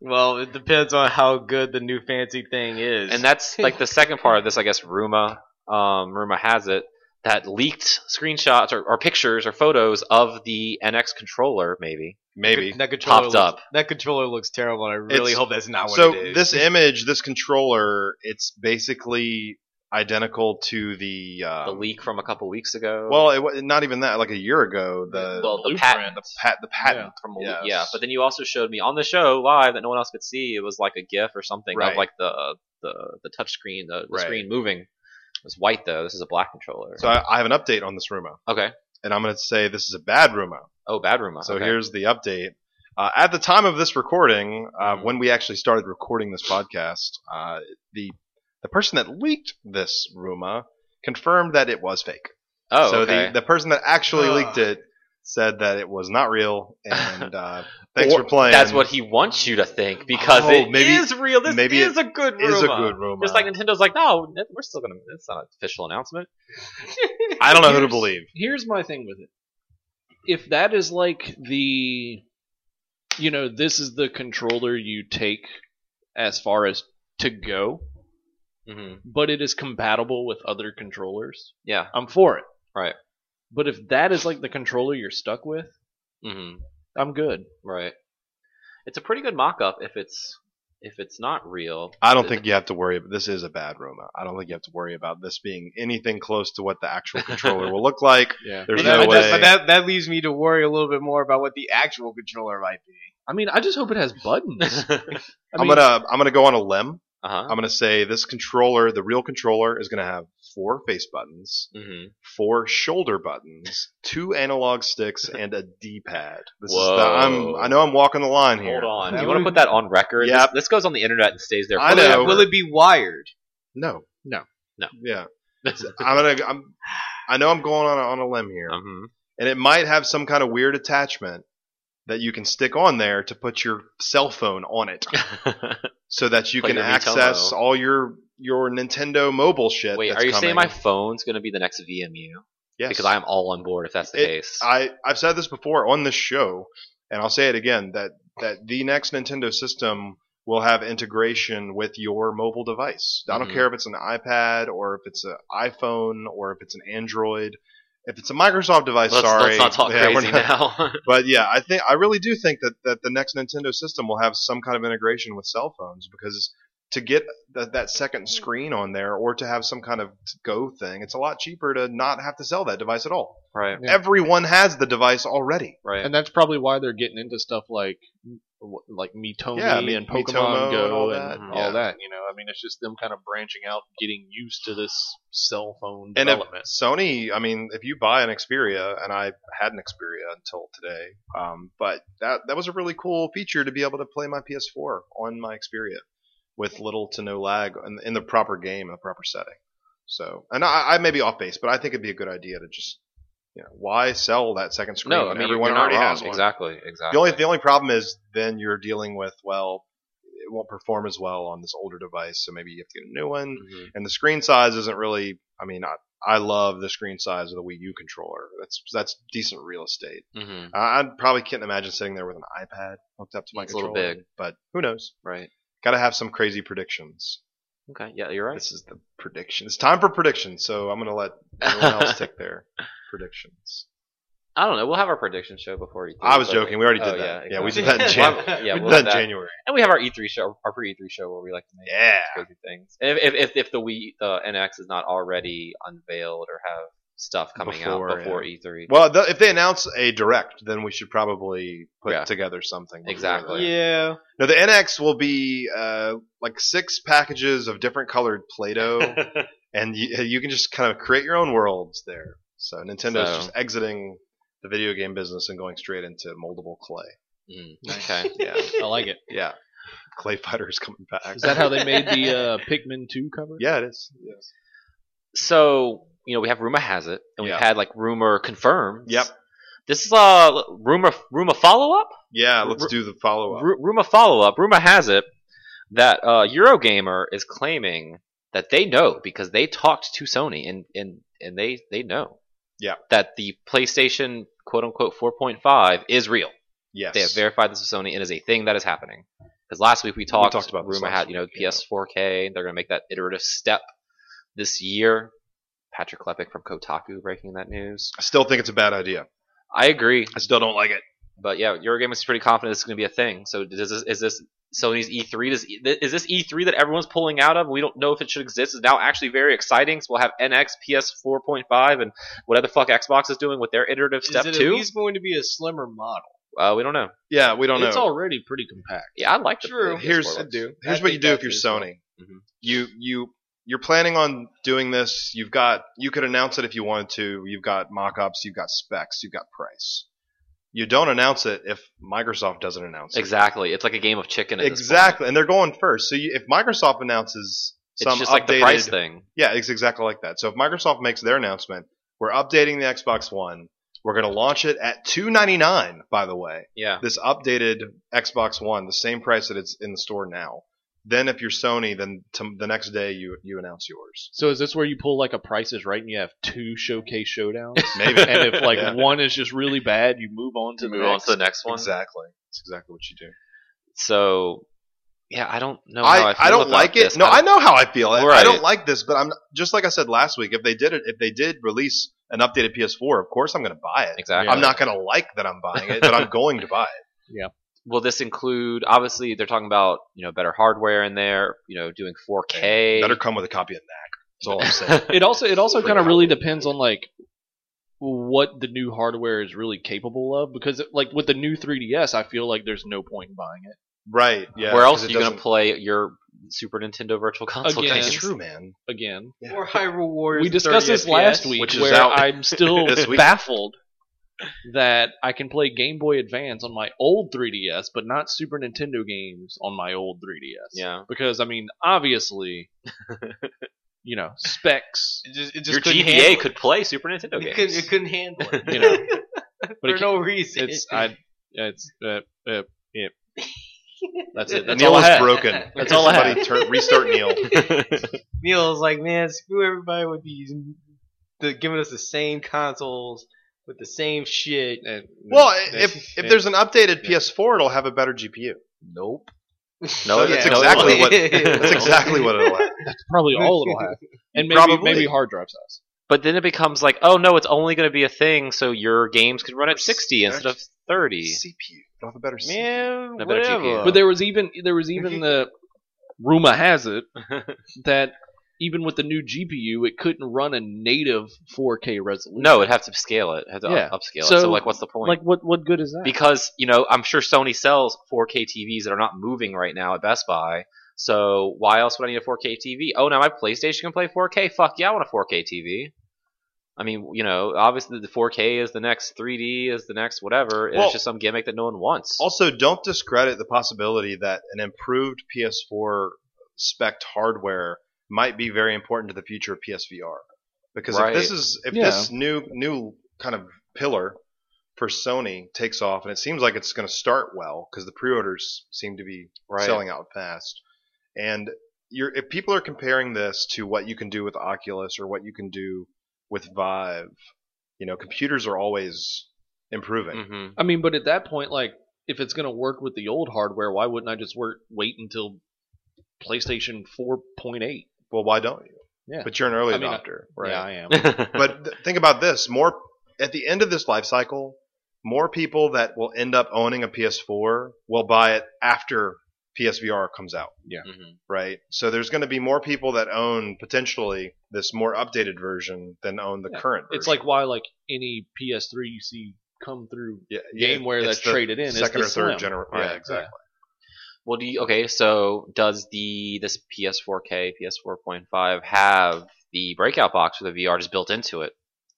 Well, it depends on how good the new fancy thing is.
and that's like the second part of this, I guess. Rumor, um, rumor has it that leaked screenshots or, or pictures or photos of the NX controller, maybe.
maybe
that controller
popped
looks-
up.
That controller looks terrible, and I really
It's-
hope that's not what
so
it is.
this image, this controller, it's basically identical to the. Um,
The leak from a couple weeks ago.
Well, it, wa- not even that. Like a year ago, the
well, the
Blueprint.
patent,
pat, the patent
from a
yes.
leak. Yeah, but then you also showed me on the show live that no one else could see. It was like a GIF or something of
Right.
like the the the touch screen, the, the
Right.
screen moving. It was white though. This is a black controller.
So I, I have an update on this rumor,
okay.
and I'm going to say this is a bad rumor.
Oh, bad rumor.
So
Okay.
here's the update. Uh, at the time of this recording, uh,
Mhm.
when we actually started recording this podcast, uh, the the person that leaked this rumor confirmed that it was fake.
Oh,
so
okay.
the, the person that actually
Ugh.
leaked it said that it was not real. And uh, thanks for
Or
playing.
That's what he wants you to think because
Oh,
it
maybe-
is real. This
maybe
is a good rumor.
is a good rumor.
Just like Nintendo's like, no, we're still gonna. It's not an official announcement.
I don't know who to
Here's-
believe.
Here's my thing with it. If that is like the you know, this is the controller you take as far as to go,
Mm-hmm.
but it is compatible with other controllers,
Yeah.
I'm for it.
Right.
But if that is like the controller you're stuck with,
Mm-hmm.
I'm good.
Right. It's a pretty good mock-up if it's if it's not real.
I don't think you have to worry. This is a bad rumor. I don't think you have to worry about this being anything close to what the actual controller will look like.
Yeah.
There's
But that-
no
but
way.
that- But that, that leaves me to worry a little bit more about what the actual controller might be.
I mean, I just hope it has buttons.
uh
I
I am
mean,
gonna I'm gonna go on a limb.
Oh,
huh.
I'm gonna say this controller, the real controller, is gonna have four face buttons,
Mm-hmm.
four shoulder buttons, two analog sticks, and a D-pad. This
Whoa.
is the I'm I know I'm walking the line here.
Hold on.
That
you want to
would-
put that on record?
Yep.
This, this goes on the internet and stays there.
I
forever.
know.
Will it be wired?
No.
No.
No.
Yeah. So I'm gonna I'm I know I'm going on a, on a limb here.
Mhm.
and it might have some kind of weird attachment that you can stick on there to put your cell phone on it so that you
Play
can
your
access
Nintendo.
all your your Nintendo mobile shit.
Wait,
that's
are you
coming.
saying my phone's gonna be the next VMU?
Yes.
Because I am all on board if that's the
It-
case.
I I've said this before on this show, and I'll say it again that that the next Nintendo system will have integration with your mobile device. I don't
Mhm.
care if it's an iPad or if it's an iPhone or if it's an Android. If it's a Microsoft device,
let's,
sorry,
let's not talk
Yeah, we're
crazy
not-
now.
But yeah, I think I really do think that, that the next Nintendo system will have some kind of integration with cell phones because to get that that second screen on there or to have some kind of go thing, it's a lot cheaper to not have to sell that device at all.
right.
Yeah.
Everyone has the device already.
Right.
and that's probably why they're getting into stuff like like Mitomi
Yeah, Mi-
and Pokemon
Mitomo
Go
and all
and
that.
all
Yeah.
that. You know, I mean, it's just them kind of branching out, getting used to this cell phone
And if
development.
Sony, I mean, if you buy an Xperia, and I had an Xperia until today, um, but that that was a really cool feature to be able to play my PS4 on my Xperia with little to no lag in, in the proper game and the proper setting. So, and I, I may be off base, but I think it'd be a good idea to just, you know, why sell that second screen
No, I
when
mean,
everyone
you're not
already
wrong.
has one?
Exactly. Exactly.
The only the only problem is then you're dealing with well, it won't perform as well on this older device, so maybe you have to get a new one
Mhm.
and the screen size isn't really. I mean, I, I love the screen size of the Wii U controller. That's that's decent real estate.
Mhm.
I, I probably can't imagine sitting there with an iPad hooked up to my
It's a little
controller.
big.
but who knows?
Right.
Got to have some crazy predictions.
Okay. Yeah, you're right.
This is the prediction. It's time for predictions. So I'm gonna let everyone else take their predictions.
I don't know. We'll have our prediction show before E3.
I was
but-
joking. We already
Oh,
did that. Yeah, we
exactly.
did that in
We'll
January.
have- yeah,
we
we'll
did that
have
in
that.
January.
And we have our E3 show, our pre-E3 show where we like to make
Yeah.
crazy things. And if, if, if the Wii uh, NX is not already unveiled or have stuff coming
Before,
out before E E3.
Well, th- if they announce a direct, then we should probably put
Yeah.
together something. before
Exactly.
that.
Yeah.
No, the NX will be uh, like six packages of different colored Play-Doh, and you, you can just kind of create your own worlds there. So Nintendo's
So-
just exiting the video game business and going straight into moldable clay.
Mm, okay.
Yeah,
I like it.
yeah. Clay fighters coming back.
Is that how they made the uh, Pikmin 2 cover?
yeah, it is. Yes.
So you know we have rumor has it, and
Yeah.
we've had like rumor confirmed.
Yep.
This is uh rumor rumor follow up.
Yeah, let's
R-
do the follow up.
Ru- rumor follow up. Rumor has it that uh, Eurogamer is claiming that they know because they talked to Sony and and and they they know.
Yeah.
That the PlayStation quote unquote 4.5 is real.
yes.
They have verified this with Sony and is a thing that is happening. Because last week we talked,
talked about this
rumor
last
had you know
week, yeah.
PS4K. They're going to make that iterative step this year. Patrick Klepek from Kotaku breaking that news.
I still think it's a bad idea.
I agree.
I still don't like it.
But yeah, Eurogamer is pretty confident this is going to be a thing. So is this, is this Sony's E3? Does, E, is this E3 that everyone's pulling out of? We don't know if it should exist. Is now actually very exciting. So we'll have NX, PS4.5, and whatever the fuck Xbox is doing with their iterative
Is
step
it
two.
at least going to be a slimmer model?
uh, we don't know.
Yeah, we don't
It's
know.
already pretty compact.
Yeah, I like the-
True.
the
Here's
PS4
I do.
here's
I
what
think
you do if
that's
you're
reasonable.
Sony.
Mhm.
You you you're planning on doing this. You've got you could announce it if you wanted to. You've got mock-ups. You've got specs. You've got price. You don't announce it if Microsoft doesn't announce it.
Exactly. It's like a game of chicken. At this point.
Exactly, and they're going first. So you, if Microsoft announces
It's
some
just
updated,
like the price thing.
yeah, it's exactly like that. So if Microsoft makes their announcement, we're updating the Xbox One. We're going to launch it at 299 by the way.
Yeah.
this updated Xbox One, the same price that it's in the store now. Then if you're Sony, then to, the next day you you announce yours.
So is this where you pull like a prices right and you have two showcase showdowns?
Maybe
and if like
Yeah.
one is just really bad, you move on to
To
the
move on
next.
to the next one.
exactly, that's exactly what you do.
So, yeah, I don't know. how I,
I,
feel
I don't
about
like
this.
it. No, I know how I feel. I- I
Right.
don't like this, but I'm just like I said last week. If they did it, if they did release an updated PS4, of course I'm going to buy it.
exactly.
I'm not going to like that I'm buying it, but I'm going to buy it.
Will this include? Obviously, they're talking about you know better hardware in there. You know, doing 4K.
Better come with a copy of Knack. That's all I'm saying.
It also it also
Freak
kind of
out.
really depends on like what the new hardware is really capable of because like with the new 3DS, I feel like there's no point in buying it.
right? Yeah.
Where else
'cause
are
it
you going to
doesn't-
play your Super Nintendo Virtual Console
Again.
It's
games?
true, man.
Again,
Yeah.
Or Hyrule Warriors.
we discussed
30
this last
FPS.
week,
Which is
where
out
I'm still
this week.
baffled that I can play Game Boy Advance on my old 3DS, but not Super Nintendo games on my old 3DS.
Yeah.
because I mean, obviously, you know, specs.
It just, it just
Your
couldn't
GBA
handle
could play Super Nintendo
it.
games.
It couldn't, it couldn't handle it.
You know, but
For
it,
no reason.
it's I, it's uh, uh, yeah. That's it. That's
Neil
all I
is
had.
broken.
That's all I
Somebody
had.
turn- restart Neil.
Neil's like, man, screw everybody with these, the, giving us the same consoles with the same shit.
And-
Well,
and-
if if
and-
there's an updated PS4, it'll have a better GPU.
Nope.
no,
that's
no, it won't.
exactly what- That's exactly what it'll have.
probably all it'll have, and maybe
Probably.
maybe hard drive size.
But then it becomes like, oh no, it's only going to be a thing so your games could run at
Or
60 instead of 30.
CPU. It'll have a better CPU.
Man,
No better
whatever.
Uh.
GPU.
But there was even there was even the rumor has it that even with the new GPU, it couldn't run a native 4K resolution.
No, it'd have to scale it. It'd have to
Yeah.
up- upscale
So,
it. So like, what's the point?
like what what good is that?
because you know, I'm sure Sony sells 4K TVs that are not moving right now at Best Buy. So why else would I need a 4K TV? Oh, now my PlayStation can play 4K. Fuck yeah, I want a 4K TV. I mean, you know, obviously the 4K is the next 3D is the next whatever. and
Well-
it's just some gimmick that no one wants.
Also, don't discredit the possibility that an improved PS4 spec hardware might be very important to the future of PSVR. Because
Right.
if this is if
Yeah.
this new new kind of pillar for Sony takes off, and it seems like it's going to start well because the pre-orders seem to be
Right.
selling out fast, and you're, if people are comparing this to what you can do with Oculus or what you can do with Vive, you know, computers are always improving.
Mhm.
I mean, but at that point, like if it's gonna work with the old hardware, why wouldn't I just work wait until PlayStation 4.8?
Well, why don't you?
Yeah.
But you're an early
I mean, I-
adopter, right?
Yeah, I am.
Mm-hmm.
but th- think about this: more at the end of this life cycle, more people that will end up owning a PS4 will buy it after PSVR comes out,
Mhm.
right? So there's going to be more people that own potentially this more updated version than own the
Yeah,
current.
It's
version.
like why like any PS3 you see come through
yeah, yeah,
gameware
it's
that's
the
traded in is
second
the
or third
Slim.
generation.
Right,
Yeah, exactly.
Well, do you, okay. So does the this PS4K, PS4.5 have the breakout box with the VR just built into it?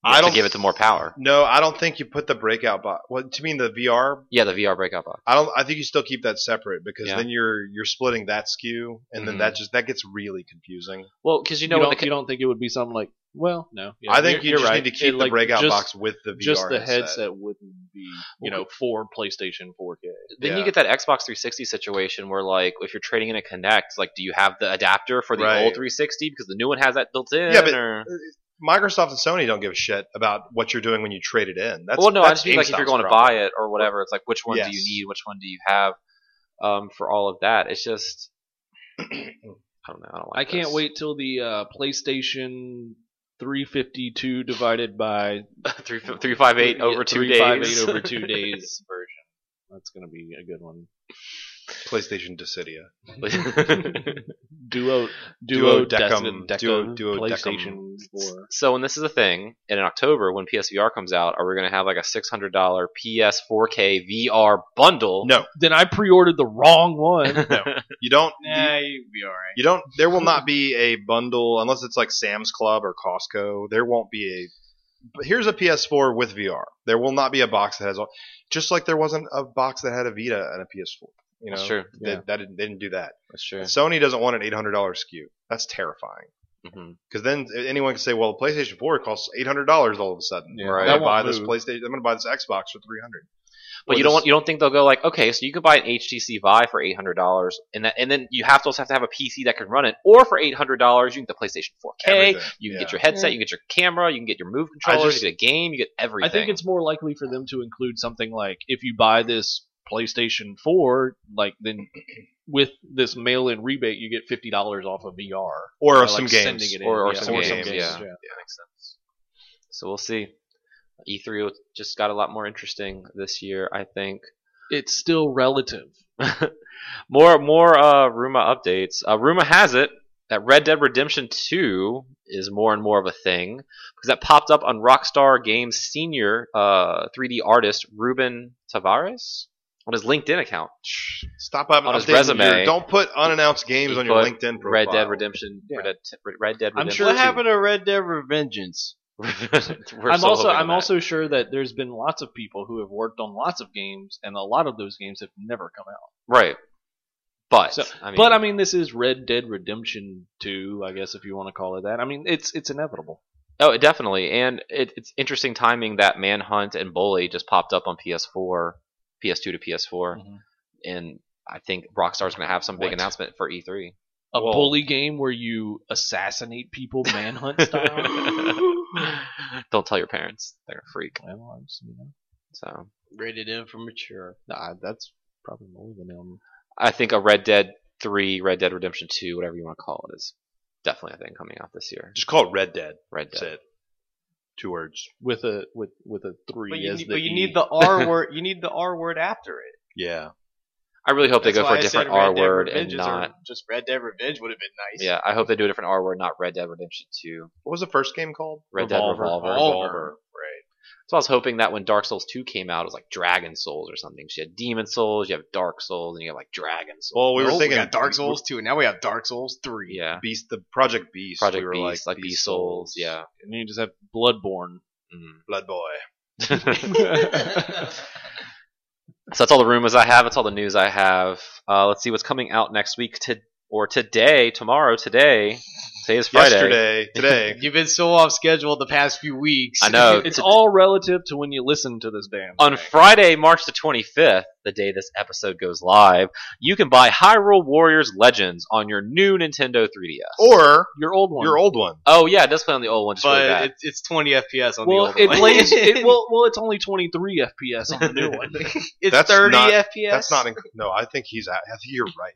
I
to
don't
give it the more power.
No, I don't think you put the breakout box. What do you mean the VR?
Yeah, the VR breakout box.
I don't. I think you still keep that separate because
Yeah.
then you're you're splitting that skew, and then
Mhm.
that just that gets really confusing.
Well, because you
You,
know when
don't,
the
you don't think it would be something like well no yeah,
I think
you're-
you
you're
just
right.
need to
It,
keep the
like,
breakout
just-
box with the VR.
just the
headset.
headset wouldn't be you know for PlayStation 4K.
then
Yeah.
you get that Xbox 360 situation where like if you're trading in a Connect, like do you have the adapter for the
Right.
old 360 because the new one has that built in?
Yeah, but-
or-
Microsoft and Sony don't give a shit about what you're doing when you trade it in. That's
well, no, I
that's
just mean like if you're
GameStop's
going
problem.
to buy it or whatever, it's like which one do you
Yes.
need, which one do you have, um, for all of that. It's just I don't know. I, don't
I
like
can't
this.
wait till the uh, PlayStation 352 divided by
three three five eight over two
three five
days.
eight over two days version. That's gonna be a good one.
PlayStation Dissidia.
Duo duo
Duodecum-
decum,
duo-
decum
duodecum.
PlayStation 4.
So when this is a thing, and in October when PSVR comes out, are we going to have like a six hundred dollar PS four K VR bundle?
No,
Then I pre-ordered the wrong one.
you don't. You,
Nah, you'd be all right.
you don't. There will not be a bundle unless it's like Sam's Club or Costco. There won't be a. But here's a PS4 with VR. There will not be a box that has all. Just like there wasn't a box that had a Vita and a PS4. You know,
that's true.
They,
Yeah.
that didn't, they didn't do that.
That's true.
Sony doesn't want an eight hundred dollar SKU. That's terrifying.
hmm
Because then anyone can say, "Well, the PlayStation 4 costs eight hundred dollars all of a sudden.
Yeah,
Right.
I'm
that
gonna buy
won't
this
move.
PlayStation. I'm gonna buy this Xbox for three hundred.
But you don't want, you don't think they'll go like okay, so you could buy an HTC Vive for eight hundred dollars, and that and then you have to also have to have a PC that can run it, or for eight hundred dollars you can get the PlayStation four K,
Everything,
you can
yeah.
get your headset, you can get your camera, you can get your move
I
controllers,
just-
you get a game, you get everything.
I think it's more likely for them to include something like if you buy this PlayStation 4, like then with this mail-in rebate you get fifty dollars off of VR
or
By,
some
like,
games.
sending it in.
or, or
Yeah.
some
or
games,
some games,
yeah. That makes sense. So we'll see. E3 just got a lot more interesting this year, I think.
It's still relative.
more more uh, Ruma updates. Uh, Ruma has it that Red Dead Redemption 2 is more and more of a thing because that popped up on Rockstar Games senior uh, 3D artist Ruben Tavares on his LinkedIn account.
Stop up
On his
updating
resume.
your- don't put unannounced games
He
on your
put
LinkedIn profile.
Red Dead Redemption.
Yeah.
Red, Dead, Red Dead Redemption.
I'm sure
What
it's-
happened to Red Dead Revengeance?
We're
I'm
so
also
hoping
I'm
that.
also sure that there's been lots of people who have worked on lots of games, and a lot of those games have never come out.
right. But
So-
I mean,
but I mean, this is Red Dead Redemption 2, I guess if you want to call it that. I mean, it's it's inevitable.
Oh, it definitely, and it, it's interesting timing that Manhunt and Bully just popped up on PS4, PS2 to PS4,
Mm-hmm.
Mhm.
and I think Rockstar's going to have some big
What?
announcement for E E3.
A
Whoa.
bully game where you assassinate people, manhunt style.
Don't tell your parents; they're a freak.
well, I'm just, you know,
So,
Rated in for mature.
nah, that's probably more than them.
I think a Red Dead Three, Red Dead Redemption Two, whatever you want to call it, is definitely a thing coming out this year.
Just call it Red Dead.
Red
That's
Dead.
it. Two words.
with a with with a three
But you,
as
need,
the
but you
E.
need the R word. You need the R word after it.
Yeah.
I really hope they
That's
go for
why
a
I said
different R
Red Dead
word and
Revengeance or
not.
just Red Dead Revenge would have been nice.
Yeah, I hope they do a different R word, not Red Dead Redemption Two,
What was the first game called?
Red
Revolver.
Dead Revolver.
Revolver. Right.
So I was hoping that when Dark Souls 2 came out, it was like Dragon Souls or something. So you had Demon Souls, you have Dark Souls, and you have like Dragon Souls.
Well, we were
Nope,
thinking
got Dark Souls two, and now we have Dark Souls three.
yeah.
Beast, the Project Beast.
Project
we were
Beast, like, Beast Souls, yeah.
and you just have Bloodborne.
Mm.
Blood Boy.
so that's all the rumors I have. That's all the news I have. Uh, let's see what's coming out next week to or today, tomorrow, today. Today is Friday.
Yesterday, today.
You've been so off schedule the past few weeks.
I know.
Uh, It's
to-
all relative to when you listen to this damn.
on
thing.
Friday, March the 25th, the day this episode goes live, you can buy Hyrule Warriors Legends on your new Nintendo 3DS.
or
your old one.
your old one.
oh yeah, it does play on the old one. Just really
but
bad.
it's, it's 20 FPS on the
Well,
old
it
one.
plays. It, well, well, it's only 23 FPS on the new one.
it's
That's
30
not-
FPS.
That's not. Inc- no, I think he's. I think you're right.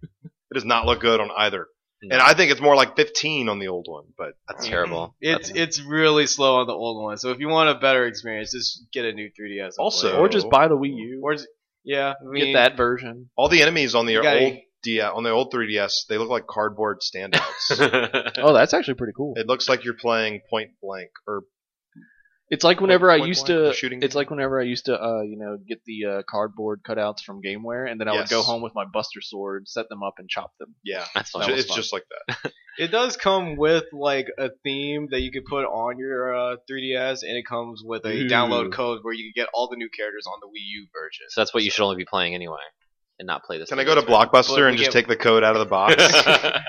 It does not look good on either.
No.
And I think it's more like 15 on the old one. But
That's terrible.
It's it's really slow on the old one. So if you want a better experience, just get a new 3DS. and
Also-
play it.
or just buy the Wii U.
or is- yeah, I mean,
Get that version.
all the enemies on the
you gotta-
old DS on the old 3DS, they look like cardboard standouts.
yeah,
Oh, that's actually pretty cool.
it looks like you're playing Point Blank or
It's like whenever
Point-
I
point
used
blank,
to.
the shooting
It's
game.
like whenever I used to, uh, you know, get the uh, cardboard cutouts from GameWare, and then I would go
Yes.
home with my Buster Sword, set them up, and chop them.
yeah,
that's
That
fun.
was
it's
fun.
just like that.
It does come with like a theme that you could put on your uh, 3DS, and it comes with a
Ooh.
download code where you can get all the new characters on the Wii U version.
So that's what you should only be playing anyway, and not play this.
Can I go to
But
Blockbuster and
we
just
get-
take the code out of the box?
Blockbuster?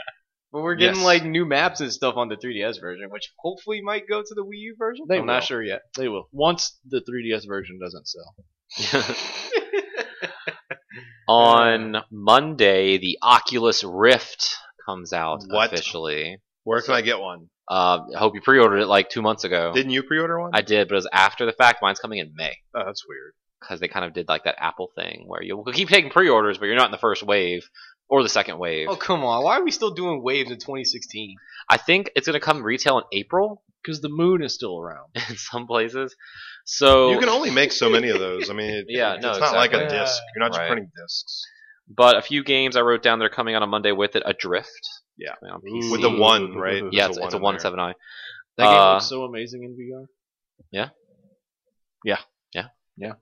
But we're getting
Yes.
like new maps and stuff on the 3DS version, which hopefully might go to the Wii U version.
They
I'm
will.
not sure yet.
They will once the 3DS version doesn't sell.
On Monday, the Oculus Rift comes out
What?
officially.
Where can I get one?
Uh, I hope you pre-ordered it like two months ago.
Didn't you pre-order one?
I did, but it was after the fact. Mine's coming in May
oh, that's weird.
because they kind of did like that Apple thing where you keep taking pre-orders, but you're not in the first wave or the second wave.
Oh come on! Why are we still doing waves in 2016?
I think it's going to come retail in April
Because the moon is still around.
in some places. So
You can only make so many of those. I mean, it,
Yeah,
it's
no,
not like a
exactly.
disc. You're not just
Right.
printing discs.
but a few games I wrote down they're coming out on Monday with it. Adrift.
Yeah.
Coming on
Ooh.
PC.
With the one, right?
Yeah,
There's
it's, it's a
in
one
there.
seven nine.
That game
Uh,
looks so amazing in VR.
Yeah?
Yeah.
Yeah?
Yeah.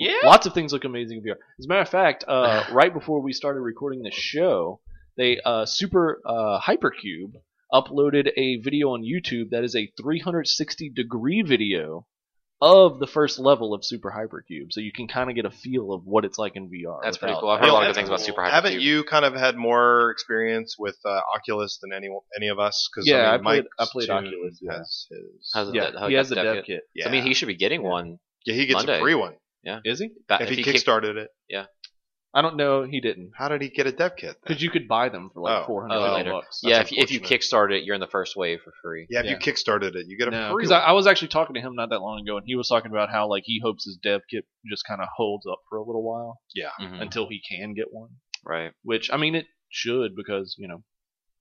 Yeah.
Lots of things look amazing in VR. As a matter of fact, uh, right before we started recording the show, they uh, Super uh, Hypercube uploaded a video on YouTube that is a 360 degree video of the first level of Super Hypercube, so you can kind of get a feel of what it's like in VR.
That's pretty
without-
cool. I've heard a lot of
Yeah,
good things about
that's
Super
cool.
Hypercube.
Haven't you kind of had more experience with uh, Oculus than any any of us? Because
Yeah,
I,
I
mean,
played-
Mike's
I played
too
Oculus, yeah.
Has his.
How's it-
Yeah,
how
he has the
got
dev
dev
kit.
yeah.
I mean, he should be getting one.
yeah, he gets
Monday. Uh,
a free one
Is he?
back-
if, he,
kicks-
kickstarted it.
I don't know. He didn't.
How did he get a dev kit? then?
Because you could buy them for like
Oh.
400
Oh,
dollars
later.
bucks.
yeah, if,
That's
you- if you kickstart it, you're in the first wave for free.
yeah, if you
yeah.
kickstarted it, you get a free.
because
One.
I, I was actually talking to him not that long ago, and he was talking about how like he hopes his dev kit just kind of holds up for a little while
Mhm.
until he can get one.
Right.
Which I mean, it should because you know,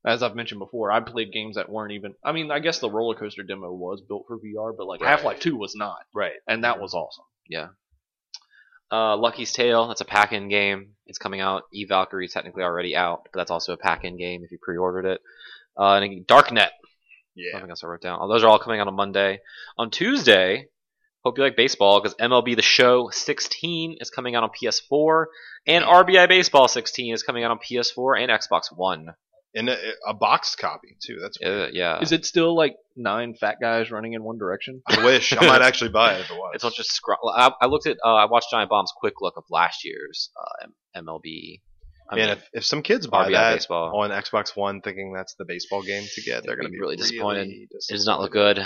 as I've mentioned before, I played games that weren't even. I mean, I guess the roller coaster demo was built for VR, but like
Right.
Half Life Two was not,
right.
and that was awesome.
Uh, Lucky's Tale. That's a pack-in game. It's coming out. E Valkyrie is technically already out, but that's also a pack-in game if you pre-ordered it. Uh, and Darknet.
Yeah.
Something else I wrote down. Oh, those are all coming out on Monday. On Tuesday, hope you like baseball because MLB The Show 16 is coming out on PS4, and RBI Baseball 16 is coming out on PS4 and Xbox One.
And a, a box copy too. That's.
Uh, yeah.
Is it still like nine fat guys running in one direction?
I wish I might actually buy it if it was.
It's not just scroll. I, I looked at. Uh, I watched Giant Bomb's quick look of last year's uh, M- MLB. I
Man,
mean,
if, if some kids buy
RBI
that
baseball.
on Xbox One, thinking that's the baseball game to get, they're
They'd
going to
be
be
really disappointed.
really
It does not look good.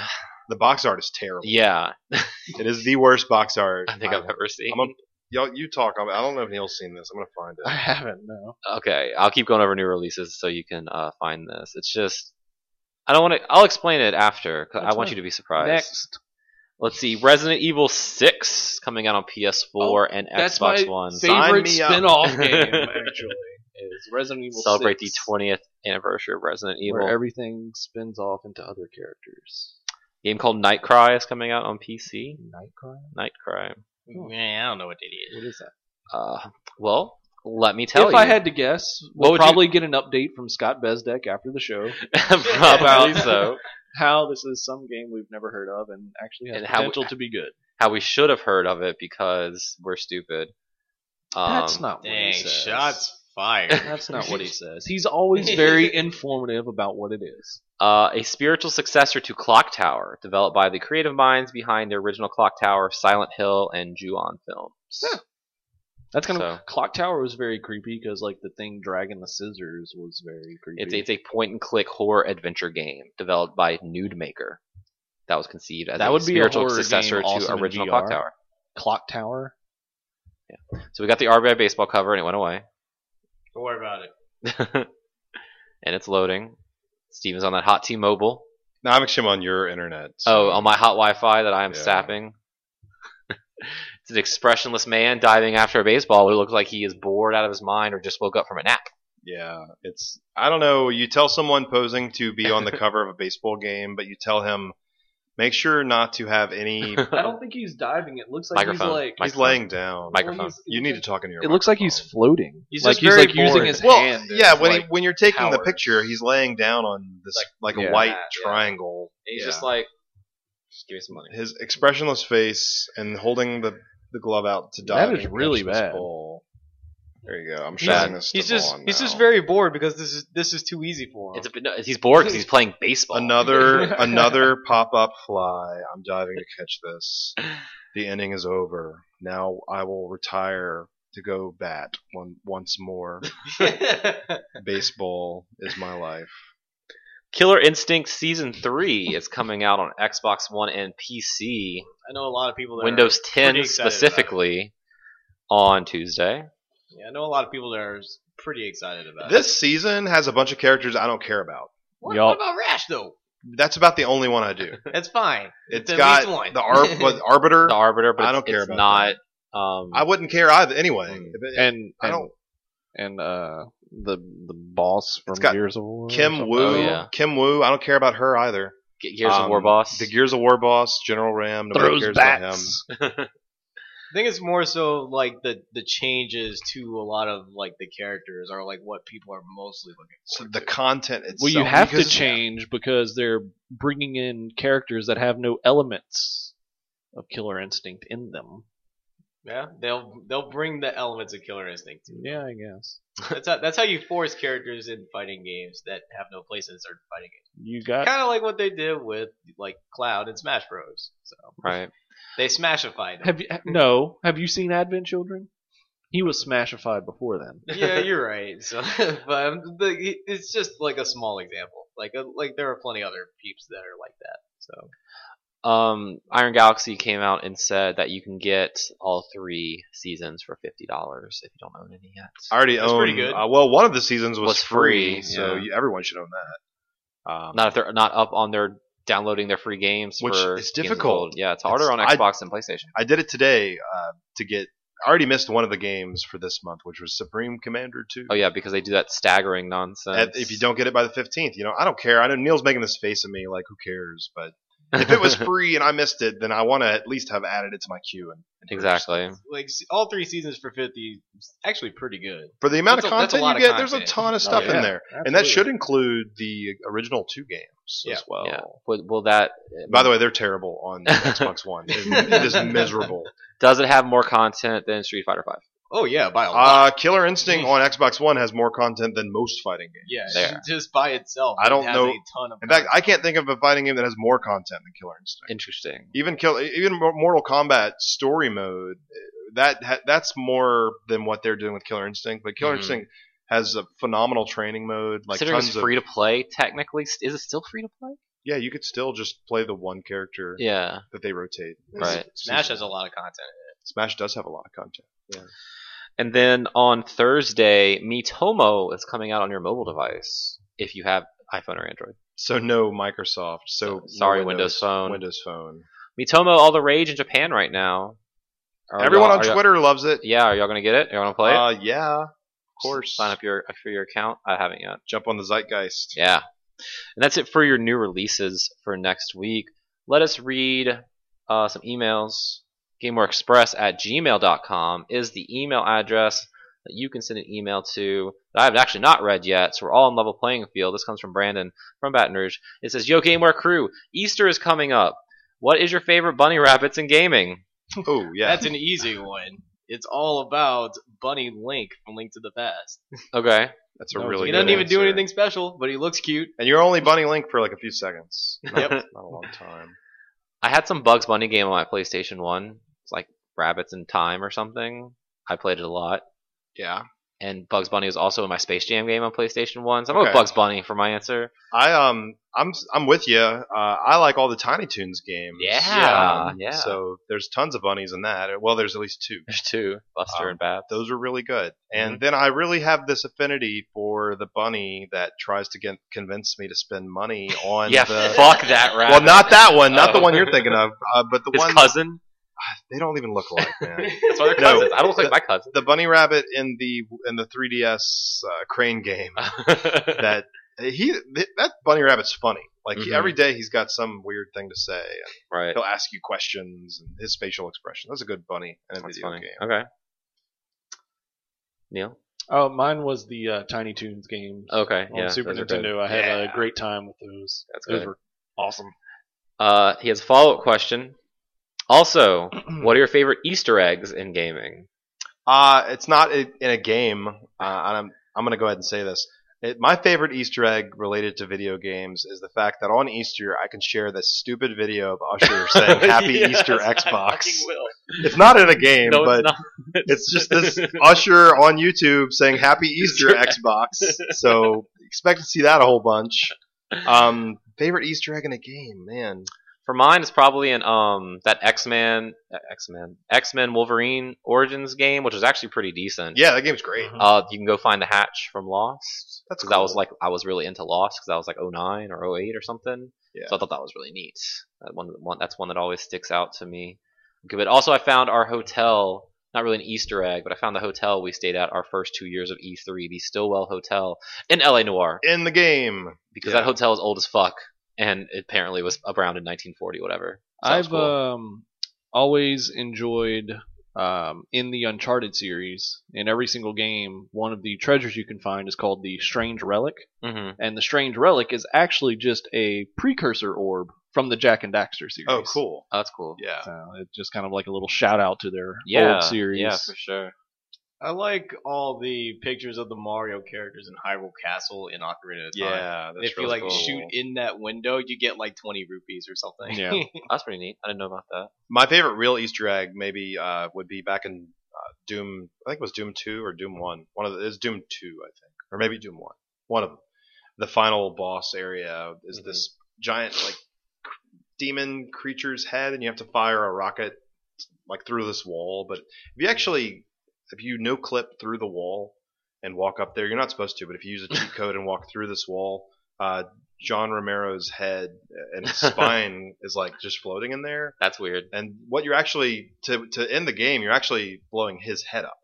The box art is terrible.
Yeah,
It is the worst box art.
I think I, have ever seen.
I'm a- y'all, you talk. I'm, I don't know if Neil's seen this. I'm going to find it.
I haven't. No.
okay, I'll keep going over new releases so you can uh, find this. It's just I don't want to. I'll explain it after. 'cause I
That's
want
fine.
you to be surprised.
Next,
Let's see, Resident Evil Six coming out on PS4 and
Oh, that's
Xbox
my
One.
favorite
me up.
spin-off game actually is Resident Evil.
Celebrate
6.
the 20th anniversary of Resident Evil.
where everything spins off into other characters.
game called Night Cry is coming out on PC.
Nightcrawler?
Night Cry.
Man, I don't know Hmm. what it is.
What is that?
Uh, well, let me tell
if
you.
I had to guess,
What
we'll
would you-
probably get an update from Scott Bezdek after the show
about so
how this is some game we've never heard of and actually has
And how-
potential to be good.
how we should have heard of it because we're stupid. Um,
That's not what
Dang,
he says.
shots fired.
That's not what he says. He's always very informative about what it is.
Uh, a spiritual successor to Clock Tower, developed by the creative minds behind the original Clock Tower, Silent Hill, and Ju-on films.
That's kind
So-
of Clock Tower was very creepy because like the thing dragging the scissors was very creepy.
It's, it's a point-and-click horror adventure game developed by Nude Maker. That was conceived as
That
a
would be a
spiritual
horror
successor
game also
to
in
original
VR.
Clock Tower.
Clock Tower.
So we got the RBI baseball cover, and it went away.
Don't worry about it.
and it's loading. Steven's on that hot T-Mobile.
No, I'm actually on your internet.
Oh, on my hot Wi-Fi that I am
Yeah.
sapping. it's an expressionless man diving after a baseball who looks like he is bored out of his mind or just woke up from a nap.
Yeah, it's I don't know. You tell someone posing to be on the cover of a baseball game, but you tell him, Make sure not to have any.
I don't think he's diving. It looks like
Microphone.
he's like
he's laying down.
well,
microphone.
he's-
You need to talk into your.
It looks like he's
microphone.
floating.
He's
like
just very
like using
bored.
his
Well,
hand. as,
yeah, when
like,
he, when you're taking the
power.
picture, he's laying down on this like, a
yeah,
white
yeah.
triangle.
And he's
Yeah.
just like, just give me some money.
His expressionless face and holding the, the glove out to dive.
That is
and
really
catch this
bad.
ball. There you go. I'm
He's-
showing this.
He's
to
just
Vaughn
he's just
now.
very bored because this is this is too easy for him.
It's a, no, he's bored because he's playing baseball.
another another pop up fly. I'm diving to catch this. The inning is over. Now I will retire to go bat one once more. Baseball is my life.
Killer Instinct Season 3 is coming out on Xbox One and PC,
I know a lot of people that
Windows
are pretty
10
excited about it.
specifically, on Tuesday.
Yeah, I know a lot of people that are s- pretty excited about it.
This season has a bunch of characters I don't care about.
What, what
Yup.
about Rash though?
That's about the only one I do.
That's fine.
It's
At
got
least one.
the Ar- what, arbiter.
The Arbiter, but
I
it's-
don't care
it's
about
not. Um,
I wouldn't care either anyway. If it-
mm. and
I don't.
and uh the the boss from
It's got
Gears of War. or
Kim
something.
Woo.
Oh, yeah.
Kim Woo. I don't care about her either.
Ge- Gears of
Um,
War boss.
The Gears of War boss, General Ram. Nobody cares about him.
I think it's more so like the the changes to a lot of like the characters are like what people are mostly looking.
So the content itself.
Well, you have to
because-
change because they're bringing in characters that have no elements of Killer Instinct in them.
Yeah, they'll they'll bring the elements of Killer Instinct. to it.
Yeah, I guess
That's how, that's how you force characters in fighting games that have no place in certain fighting games.
you got.
Kind of like what they did with like Cloud and Smash Bros. So
right.
they smashified him.
Have you no? Have you seen Advent Children? He was smashified before then.
yeah, you're right. So, but I'm- the, it's just like a small example. Like uh, like there are plenty other peeps that are like that. So
Um, Iron Galaxy came out and said that you can get all three seasons for $50 if you don't own any yet.
I already
That's
own.
pretty good.
Uh, well, one of the seasons was,
Was
free,
free,
so
yeah.
you, everyone should own that. Um,
Not if they're not up on their downloading their free games.
Which
for Games
is
of
difficult.
Gold. Yeah, it's
It's-
harder on
I-
Xbox than PlayStation.
I did it today uh, to get. I already missed one of the games for this month, which was Supreme Commander Two.
Oh yeah, because they do that staggering nonsense.
At- if you don't get it by the fifteenth, you know I don't care. I know Neil's making this face at me like who cares, but if it was free and I missed it, then I want to at least have added it to my queue. And, and
exactly.
like s- all three seasons for fifty, is actually pretty good.
for the amount
That's
of
a- that's a
content
lot
you
of
get, there's a
content. Oh,
ton of stuff
yeah.
in there, and
Absolutely.
that should include the original two games
Yeah.
as well.
Yeah. Will, will that?
By the way, they're terrible on Xbox One. It- it is miserable.
does it have more content than Street Fighter Five?
Oh yeah, by a lot.
Uh, Killer Instinct on Xbox One has more content than most fighting games.
yeah,
there.
just by itself.
I don't
it has
know-
A ton of
In fact, I can't think of a fighting game that has more content than Killer Instinct.
Interesting.
Even Kill, even Mor- Mortal Kombat Story Mode, that ha- that's more than what they're doing with Killer Instinct. But Killer
Mhm.
Instinct has a phenomenal training mode, like
Considering
tons
it's
of
free to play, technically, s- is it still free to play?
yeah. You could still just play the one character
Yeah.
that they rotate.
Right.
Smash has a lot of content.
Smash does have a lot of content.
And then on Thursday, Mitomo is coming out on your mobile device if you have iPhone or Android.
So no Microsoft. So
Sorry,
no
Windows Phone.
Windows Phone.
Mitomo, all the rage in Japan right now. Are
Everyone
y'all-
on
are y'all-
Twitter loves it.
yeah, are y'all gonna get it? Are y'all gonna play it?
Uh, yeah, of course.
Sign up your for your account. I haven't yet.
Jump on the zeitgeist.
Yeah. And that's it for your new releases for next week. Let us read uh, some emails. GameWareExpress at gmail.com is the email address that you can send an email to that I have actually not read yet, so we're all on level playing field. This comes from Brandon from Baton Rouge. It says, Yo, GameWare crew, Easter is coming up. What is your favorite bunny rabbits in gaming?
Oh yeah.
That's an easy one. It's all about Bunny Link from Link to the Past.
Okay.
That's
No,
a really.
He
Really
doesn't
good
even do
answer.
anything special, but he looks cute.
And you're only Bunny Link for like a few seconds.
Yep.
Not a long time.
I had some Bugs Bunny game on my PlayStation 1. It's like Rabbits in Time or something. I played it a lot.
Yeah.
and Bugs Bunny was also in my Space Jam game on PlayStation One. So I'm with
Okay.
Bugs Bunny for my answer.
I um I'm I'm with you. Uh, I like all the Tiny Toons games.
Yeah,
Um,
yeah.
So there's tons of bunnies in that. Well, there's at least two.
There's two, Buster
Um,
and Bab.
Those are really good. And then I really have this affinity for the bunny that tries to get convince me to spend money on
Yeah,
the
fuck that rabbit.
uh, Well, not that one, not the
Oh.
one you're thinking of, uh, but the
his
one
cousin.
Uh, they don't even look alike, man.
That's why they're
No.
cousins. I don't look like my cousin.
the bunny rabbit in the in the 3DS uh, crane game that he th- that bunny rabbit's funny. Like he-
Mhm.
every day, he's got some weird thing to say. and
Right.
He'll ask you questions and his facial expression. That's a good bunny in a
That's
video
funny.
game.
Okay. Neil.
Oh, mine was the uh, Tiny Toons games
Okay.
on
Oh, Yeah.
Super
those are good.
Nintendo. I had
Yeah.
a great time with those.
That's
those
good.
were awesome.
Uh, he has a follow up question. Also, what are your favorite Easter eggs in gaming?
Uh, it's not i- in a game. Uh, and I'm I'm gonna go ahead and say this. It, my favorite Easter egg related to video games is the fact that on Easter I can share this stupid video of Usher saying "Happy
Yes,
Easter
I
Xbox."
fucking will.
It's not in a game,
No,
but
it's not.
it's just this Usher on YouTube saying "Happy Easter Xbox." So expect to see that a whole bunch. Um, favorite Easter egg in a game, man.
For mine, it's probably in um that X Men, X Men, X Men Wolverine Origins game, which was actually pretty decent.
Yeah, that game's great.
Uh, you can go find the hatch from Lost.
Mm-hmm. That's
'Cause I was
cool.
like, I was really into Lost because I was like 09 or 08 or something.
Yeah.
So I thought that was really neat. That one, one, that's one that always sticks out to me. Okay, but also I found our hotel, not really an Easter egg, but I found the hotel we stayed at our first two years of E3, the Stillwell Hotel in LA Noir,
In the game,
because
Yeah.
that hotel is old as fuck and it apparently was around in 1940, whatever. So that was
I've
cool.
uh,
um, always enjoyed um, in the Uncharted series, in every single game, one of the treasures you can find is called the Strange Relic.
Mhm.
And the Strange Relic is actually just a precursor orb from the Jack and Daxter series.
oh cool,
Oh, that's cool.
yeah.
So it's just kind of like a little shout out to their
Yeah,
old series.
yeah, for sure.
I like all the pictures of the Mario characters in Hyrule Castle in Ocarina of Time.
Yeah,
if you like shoot in that window, you get like twenty rupees or something.
Yeah.
That's pretty neat. I didn't know about that.
My favorite real Easter egg maybe uh, would be back in uh, Doom. I think it was Doom Two or Doom One. One of the it's Doom Two, I think, or maybe Doom One. One of them. The final boss area is
Mhm.
this giant like demon creature's head, and you have to fire a rocket like through this wall. But if you actually if you no clip through the wall and walk up there, you're not supposed to. But if you use a cheat code and walk through this wall, uh, John Romero's head and his spine is like just floating in there.
That's weird.
And what you're actually to to end the game, you're actually blowing his head up.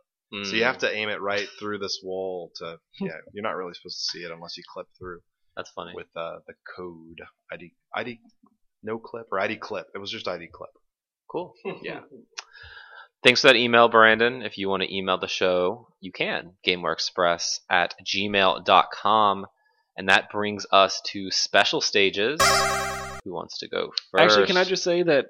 So you
Mm.
have to aim it right through this wall to yeah, you're not really supposed to see it unless you clip through
That's funny.
with uh, the code ID ID no clip or ID clip. It was just ID clip.
Cool.
Yeah.
Thanks for that email, Brandon. If you want to email the show, you can. GameWareExpress at gmail.com. And that brings us to special stages. Who wants to go first?
Actually, can I just say that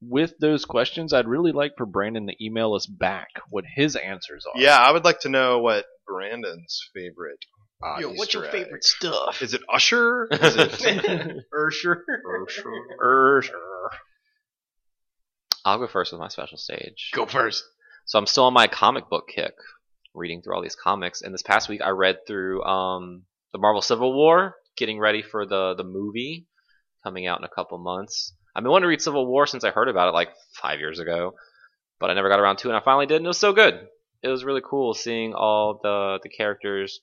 with those questions, I'd really like for Brandon to email us back what his answers are.
Yeah, I would like to know what Brandon's favorite uh,
Yo, what's your
Easter egg-
favorite stuff?
Is it Usher? Is it
Ursher.
Usher?
I'll go first with my special stage.
Go first.
So I'm still on my comic book kick, reading through all these comics. And this past week, I read through um, the Marvel Civil War, getting ready for the the movie coming out in a couple months. I've been wanting to read Civil War since I heard about it like five years ago, but I never got around to it. And I finally did, and it was so good. It was really cool seeing all the the characters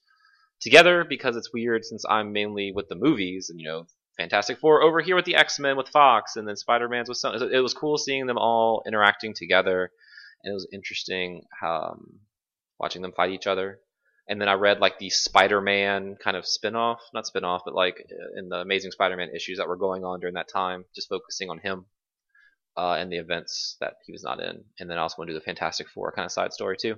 together because it's weird since I'm mainly with the movies and you know Fantastic Four over here with the X Men with Fox and then Spider Man's with Sony. So It was cool seeing them all interacting together, and it was interesting um, watching them fight each other. And then I read like the Spider Man kind of spin off, not spin off, but like uh, in the Amazing Spider Man issues that were going on during that time, just focusing on him uh, and the events that he was not in. And then I also want to do the Fantastic Four kind of side story too.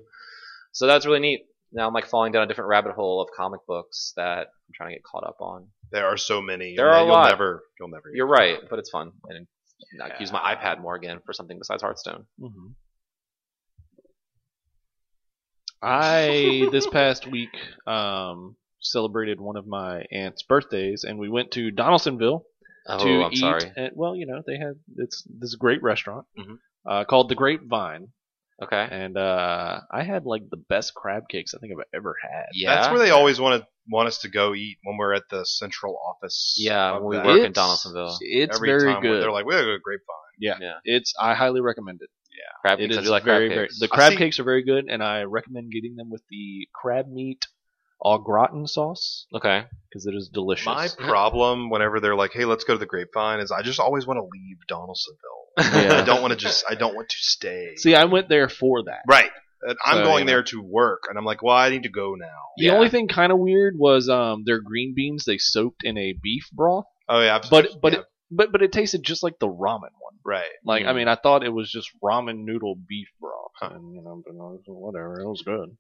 So that's really neat. Now I'm like falling down a different rabbit hole of comic books that I'm trying to get caught up on.
There are so many.
There are a
you'll
lot.
never you'll never
You're right, but it's fun. And I can use my
Yeah.
iPad more again for something besides Hearthstone.
Mhm. I this past week um, celebrated one of my aunt's birthdays, and we went to Donaldsonville
Oh,
to
I'm
eat.
sorry.
At, well, you know they had it's this great restaurant
Mhm.
uh, called the Grapevine,
Okay.
and uh, I had like the best crab cakes I think I've ever had.
Yeah.
That's where they always want to want us to go eat when we're at the central office.
Yeah,
of
when we
that.
work in
It's-
Donaldsonville.
It's
Every
very
time when
good.
They're like, we gotta go to Grapevine.
it's I highly recommend it.
Crab
It
cakes. I
is
do like
very,
crab
very.
cakes.
The
I
crab
see-
cakes are very good, and I recommend getting them with the crab meat au gratin sauce
okay.
because it is delicious.
My problem whenever they're like, hey, let's go to the Grapevine, is I just always want to leave Donaldsonville.
Yeah.
I don't want to just. I don't want to stay.
See, I went there for that.
right. And I'm
So,
going
you know.
there to work, and I'm like, well, I need to go now.
The
Yeah.
only thing kind of weird was um, their green beans they soaked in a beef broth.
Oh yeah,
But but
yeah,
it, but but it tasted just like the ramen one.
right.
Like I
Mm.
mean, I thought it was just ramen noodle beef broth,
Huh.
and you know, but no, whatever, it was good.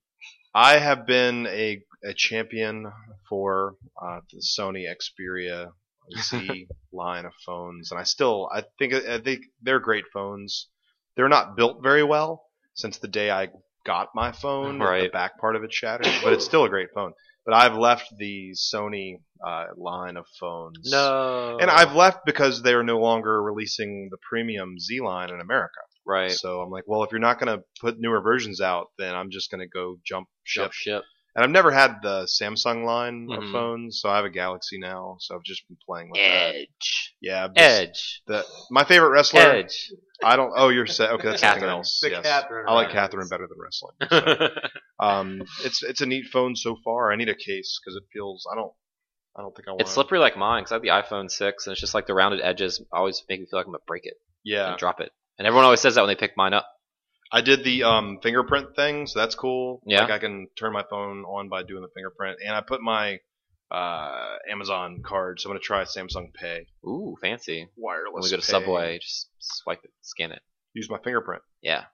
I have been a, a champion for uh, the Sony Xperia Z line of phones, and I still I think I think they're great phones. They're not built very well since the day I got my phone. The
Right.
back part of it shattered, but it's still a great phone. But I've left the Sony uh, line of phones.
No.
And I've left because they are no longer releasing the premium Z line in America.
right.
So I'm like, well, if you're not going to put newer versions out, then I'm just going to go jump ship.
Jump ship.
And I've never had the Samsung line of
Mhm.
phones, so I have a Galaxy now. So I've just been playing with that.
Edge.
Yeah, I've just-
Edge.
The, my favorite wrestler.
Edge.
I don't. Oh, you're set. Okay, that's something
Catherine.
else.
The
yes.
Catherine
I like
Reynolds.
Catherine better than wrestling. so. um, it's it's a neat phone so far. I need a case because it feels. I don't. I don't think I want.
it's slippery like mine because I have the iPhone 6, and it's just like the rounded edges always make me feel like I'm gonna break it
Yeah,
and drop it. And everyone always says that when they pick mine up.
I did the um, fingerprint thing, so that's cool.
Yeah.
like I can turn my phone on by doing the fingerprint, and I put my uh, Amazon card. So I'm gonna try Samsung Pay
Ooh, fancy.
wireless.
When we go to
pay.
Subway, just swipe it, scan it.
use my fingerprint.
Yeah.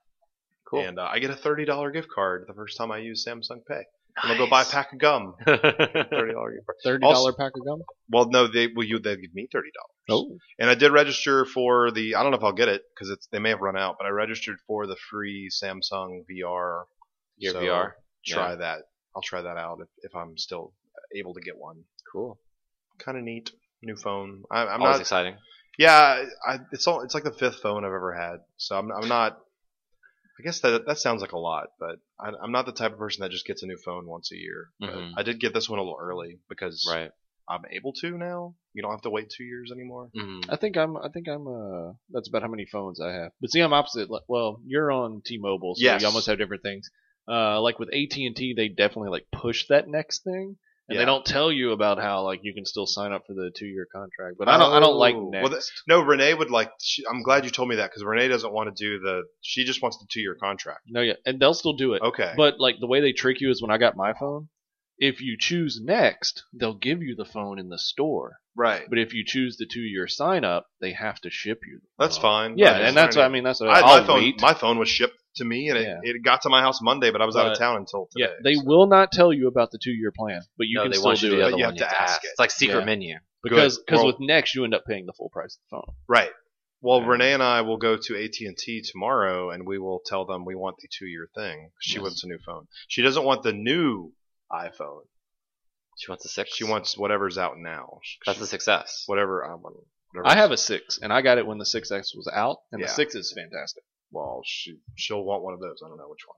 Cool.
And uh, I get a thirty dollar gift card the first time I use Samsung Pay. And I'll go buy a pack of gum.
pack.
Thirty dollar gift card.
Thirty
Also-
pack of gum.
Well, no, they will you they give me thirty dollars.
Oh,
And I did register for the. I don't know if I'll get it because it's they may have run out. But I registered for the free Samsung VR.
Your
So,
VR.
Try that. I'll try that out if, if I'm still able to get one.
Cool.
Kind of neat. New phone. I, I'm
Always
not.
exciting.
Yeah, I, it's all. It's like the fifth phone I've ever had. So I'm, I'm not. I guess that that sounds like a lot, but I, I'm not the type of person that just gets a new phone once a year. But
Mm-hmm.
Mhm.
I did get this one a little early because
Right.
I'm able to now. You don't have to wait two years anymore.
I think I'm. I think I'm. Uh, that's about how many phones I have. But see, I'm opposite. Like, Well, you're on T-Mobile, so
Yes.
you almost have different things. Uh, like with AT and T, they definitely like push that next thing, and
Yeah.
they don't tell you about how like you can still sign up for the two-year contract. But I don't. I don't like
Oh.
next.
Well, th- no, Renee would like. She, I'm glad you told me that because Renee doesn't want to do the. She just wants the two year contract.
no, yeah, and they'll still do it.
Okay.
But like the way they trick you is when I got my phone. If you choose next, they'll give you the phone in the store.
right.
But if you choose the two-year sign up, they have to ship you. The
That's
phone.
fine.
Yeah,
Right,
and
it's
that's what
fine.
I mean. That's what
I,
I'll
my phone.
wait.
My phone was shipped to me, and it,
Yeah.
it got to my house Monday, but I was out
But-
of town until today.
Yeah, they
so-
will not tell you about the two-year plan, but you
no,
can
they
still
want you to
do
do the
it
other
you
one.
have to ask it.
It's like secret
Yeah.
menu.
because
Good.
because
Well-
with next you end up paying the full price of the phone.
Right. Well,
Yeah.
Renee and I will go to AT and T tomorrow, and we will tell them we want the two-year thing. She
Yes.
wants a new phone. She doesn't want the new iPhone.
She wants a six.
She wants whatever's out now.
That's a success.
whatever I want. Whatever
I have a six, and I got it when the 6S was out, and
Yeah.
the six is fantastic.
Well, she she'll want one of those. I don't know which one.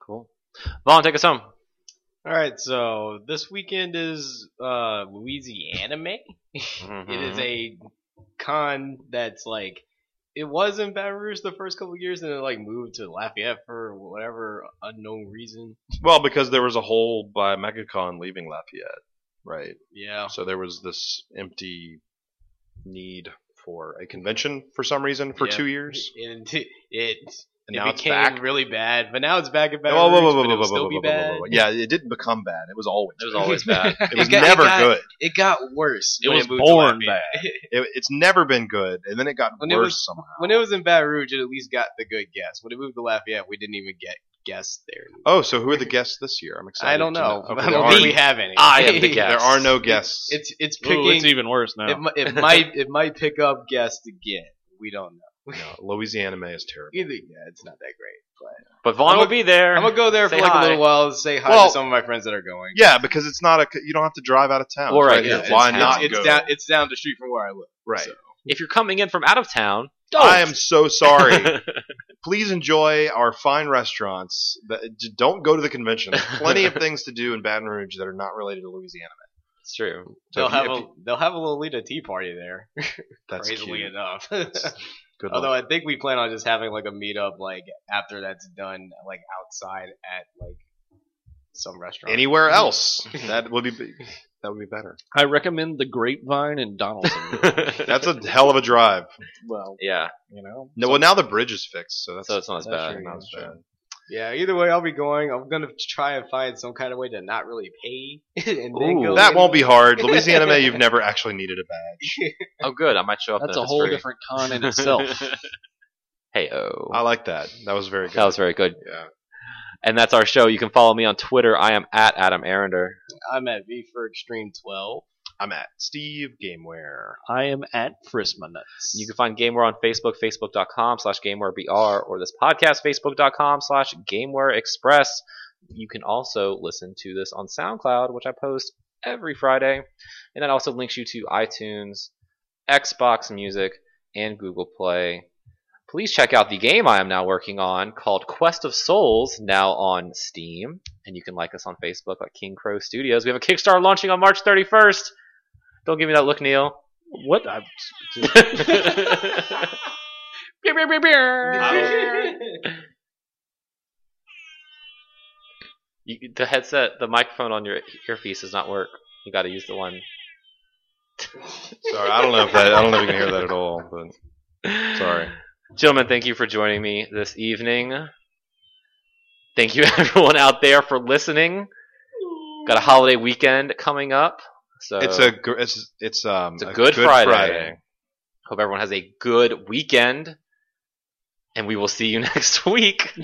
Cool. Vaughn, take us home.
All right, so this weekend is uh, Louisiana May. It is
Mm-hmm.
a con that's like it was in Baton Rouge the first couple of years, and then like moved to Lafayette for whatever unknown reason.
Well, because there was a hole by MegaCon leaving Lafayette, right?
Yeah,
So there was this empty need for a convention for some reason for
Yeah.
two years,
and it it,
and now it's
became
back.
really bad, but now it's back in Baton
Whoa, whoa,
Rouge,
whoa, whoa,
but
whoa,
it'll
whoa,
still
whoa,
be
whoa,
bad.
whoa, whoa. Yeah, it didn't become bad. It was always.
It was
bad.
always bad.
It was
It got- it
never
got-
good.
It got worse.
It
when
was
moved to
born
Lafayette.
It, it's never been good, and then it got
When it
worse
was-
somehow.
When it was in Baton Rouge, it at least got the good guess. When it moved to Lafayette, we didn't even get guests there.
oh, so who are the guests this year? I'm excited.
I don't
to
know.
Okay,
I
there,
don't
are,
think we have any.
I am Ah, the guest.
there are no guests.
It's it's
Ooh,
picking.
it's even worse
Oh.
now.
It, mi- it might it might pick up guests again. We don't know.
No, Louisiana May is terrible.
Either yeah, it's not that great. But
But
I'm
Vaughn
gonna-
will be there.
I'm gonna go there
Say
for like
hi.
a little while and say hi
Well-
to some of my friends that are going.
Yeah, because it's not a. You don't have to drive out of town.
Or
It's
I
right
guess
here.
it's-
Why
it's,
not
It's
go?
down it's down the street from where I live.
right.
so.
If you're coming in from out of town, don't.
I am so sorry. Please enjoy our fine restaurants. That, j- don't go to the convention. There's plenty of things to do in Baton Rouge that are not related to Louisiana.
it's true.
So
they'll
if you-
have
if
a they'll have a Lolita tea party there.
That's
crazily
cute.
enough.
Good luck.
Although I think we plan on just having like a meetup like after that's done like outside at like some restaurant.
Anywhere else, that would be that would be better.
I recommend the Grapevine in Donaldson.
That's a hell of a drive.
well,
yeah.
you know,
No, well now the bridge is fixed, so that's
So it's not as
That's
bad.
true.
not as bad.
Yeah, either way, I'll be going. I'm gonna try and find some kind of way to not really pay and then
Ooh,
go.
That
in.
won't be hard. Louisiana May, you've never actually needed a badge.
Oh, good. I might show up.
That's
then
a
if it's
whole
free.
different con in itself.
hey oh.
I like that. That was very good.
That was very good.
Yeah.
And that's our show. You can follow me on Twitter. I am at Adam Arender.
I'm at V for Extreme 12.
I'm at Steve Gameware.
I am at Frismanuts.
You can find Gameware on Facebook, facebook.com slash GamewareBR, or this podcast, facebook.com slash GamewareExpress. You can also listen to this on SoundCloud, which I post every Friday. And that also links you to iTunes, Xbox Music, and Google Play. Please check out the game I am now working on called Quest of Souls, now on Steam. And you can like us on Facebook at King Crow Studios. We have a Kickstarter launching on March 31st. Don't give me that look, Neil.
what? I,
Beer, beer, beer, beer. You- the headset, the microphone on your earpiece does not work. You got to use the one.
Sorry, I don't know if that. I don't know if you can hear that at all. But sorry.
Gentlemen, thank you for joining me this evening. Thank you, everyone out there, for listening. Got a holiday weekend coming up. So
It's a gr- it's it's
Uh,
um
It's a good Friday. hope everyone has a good weekend. And we will see you next week.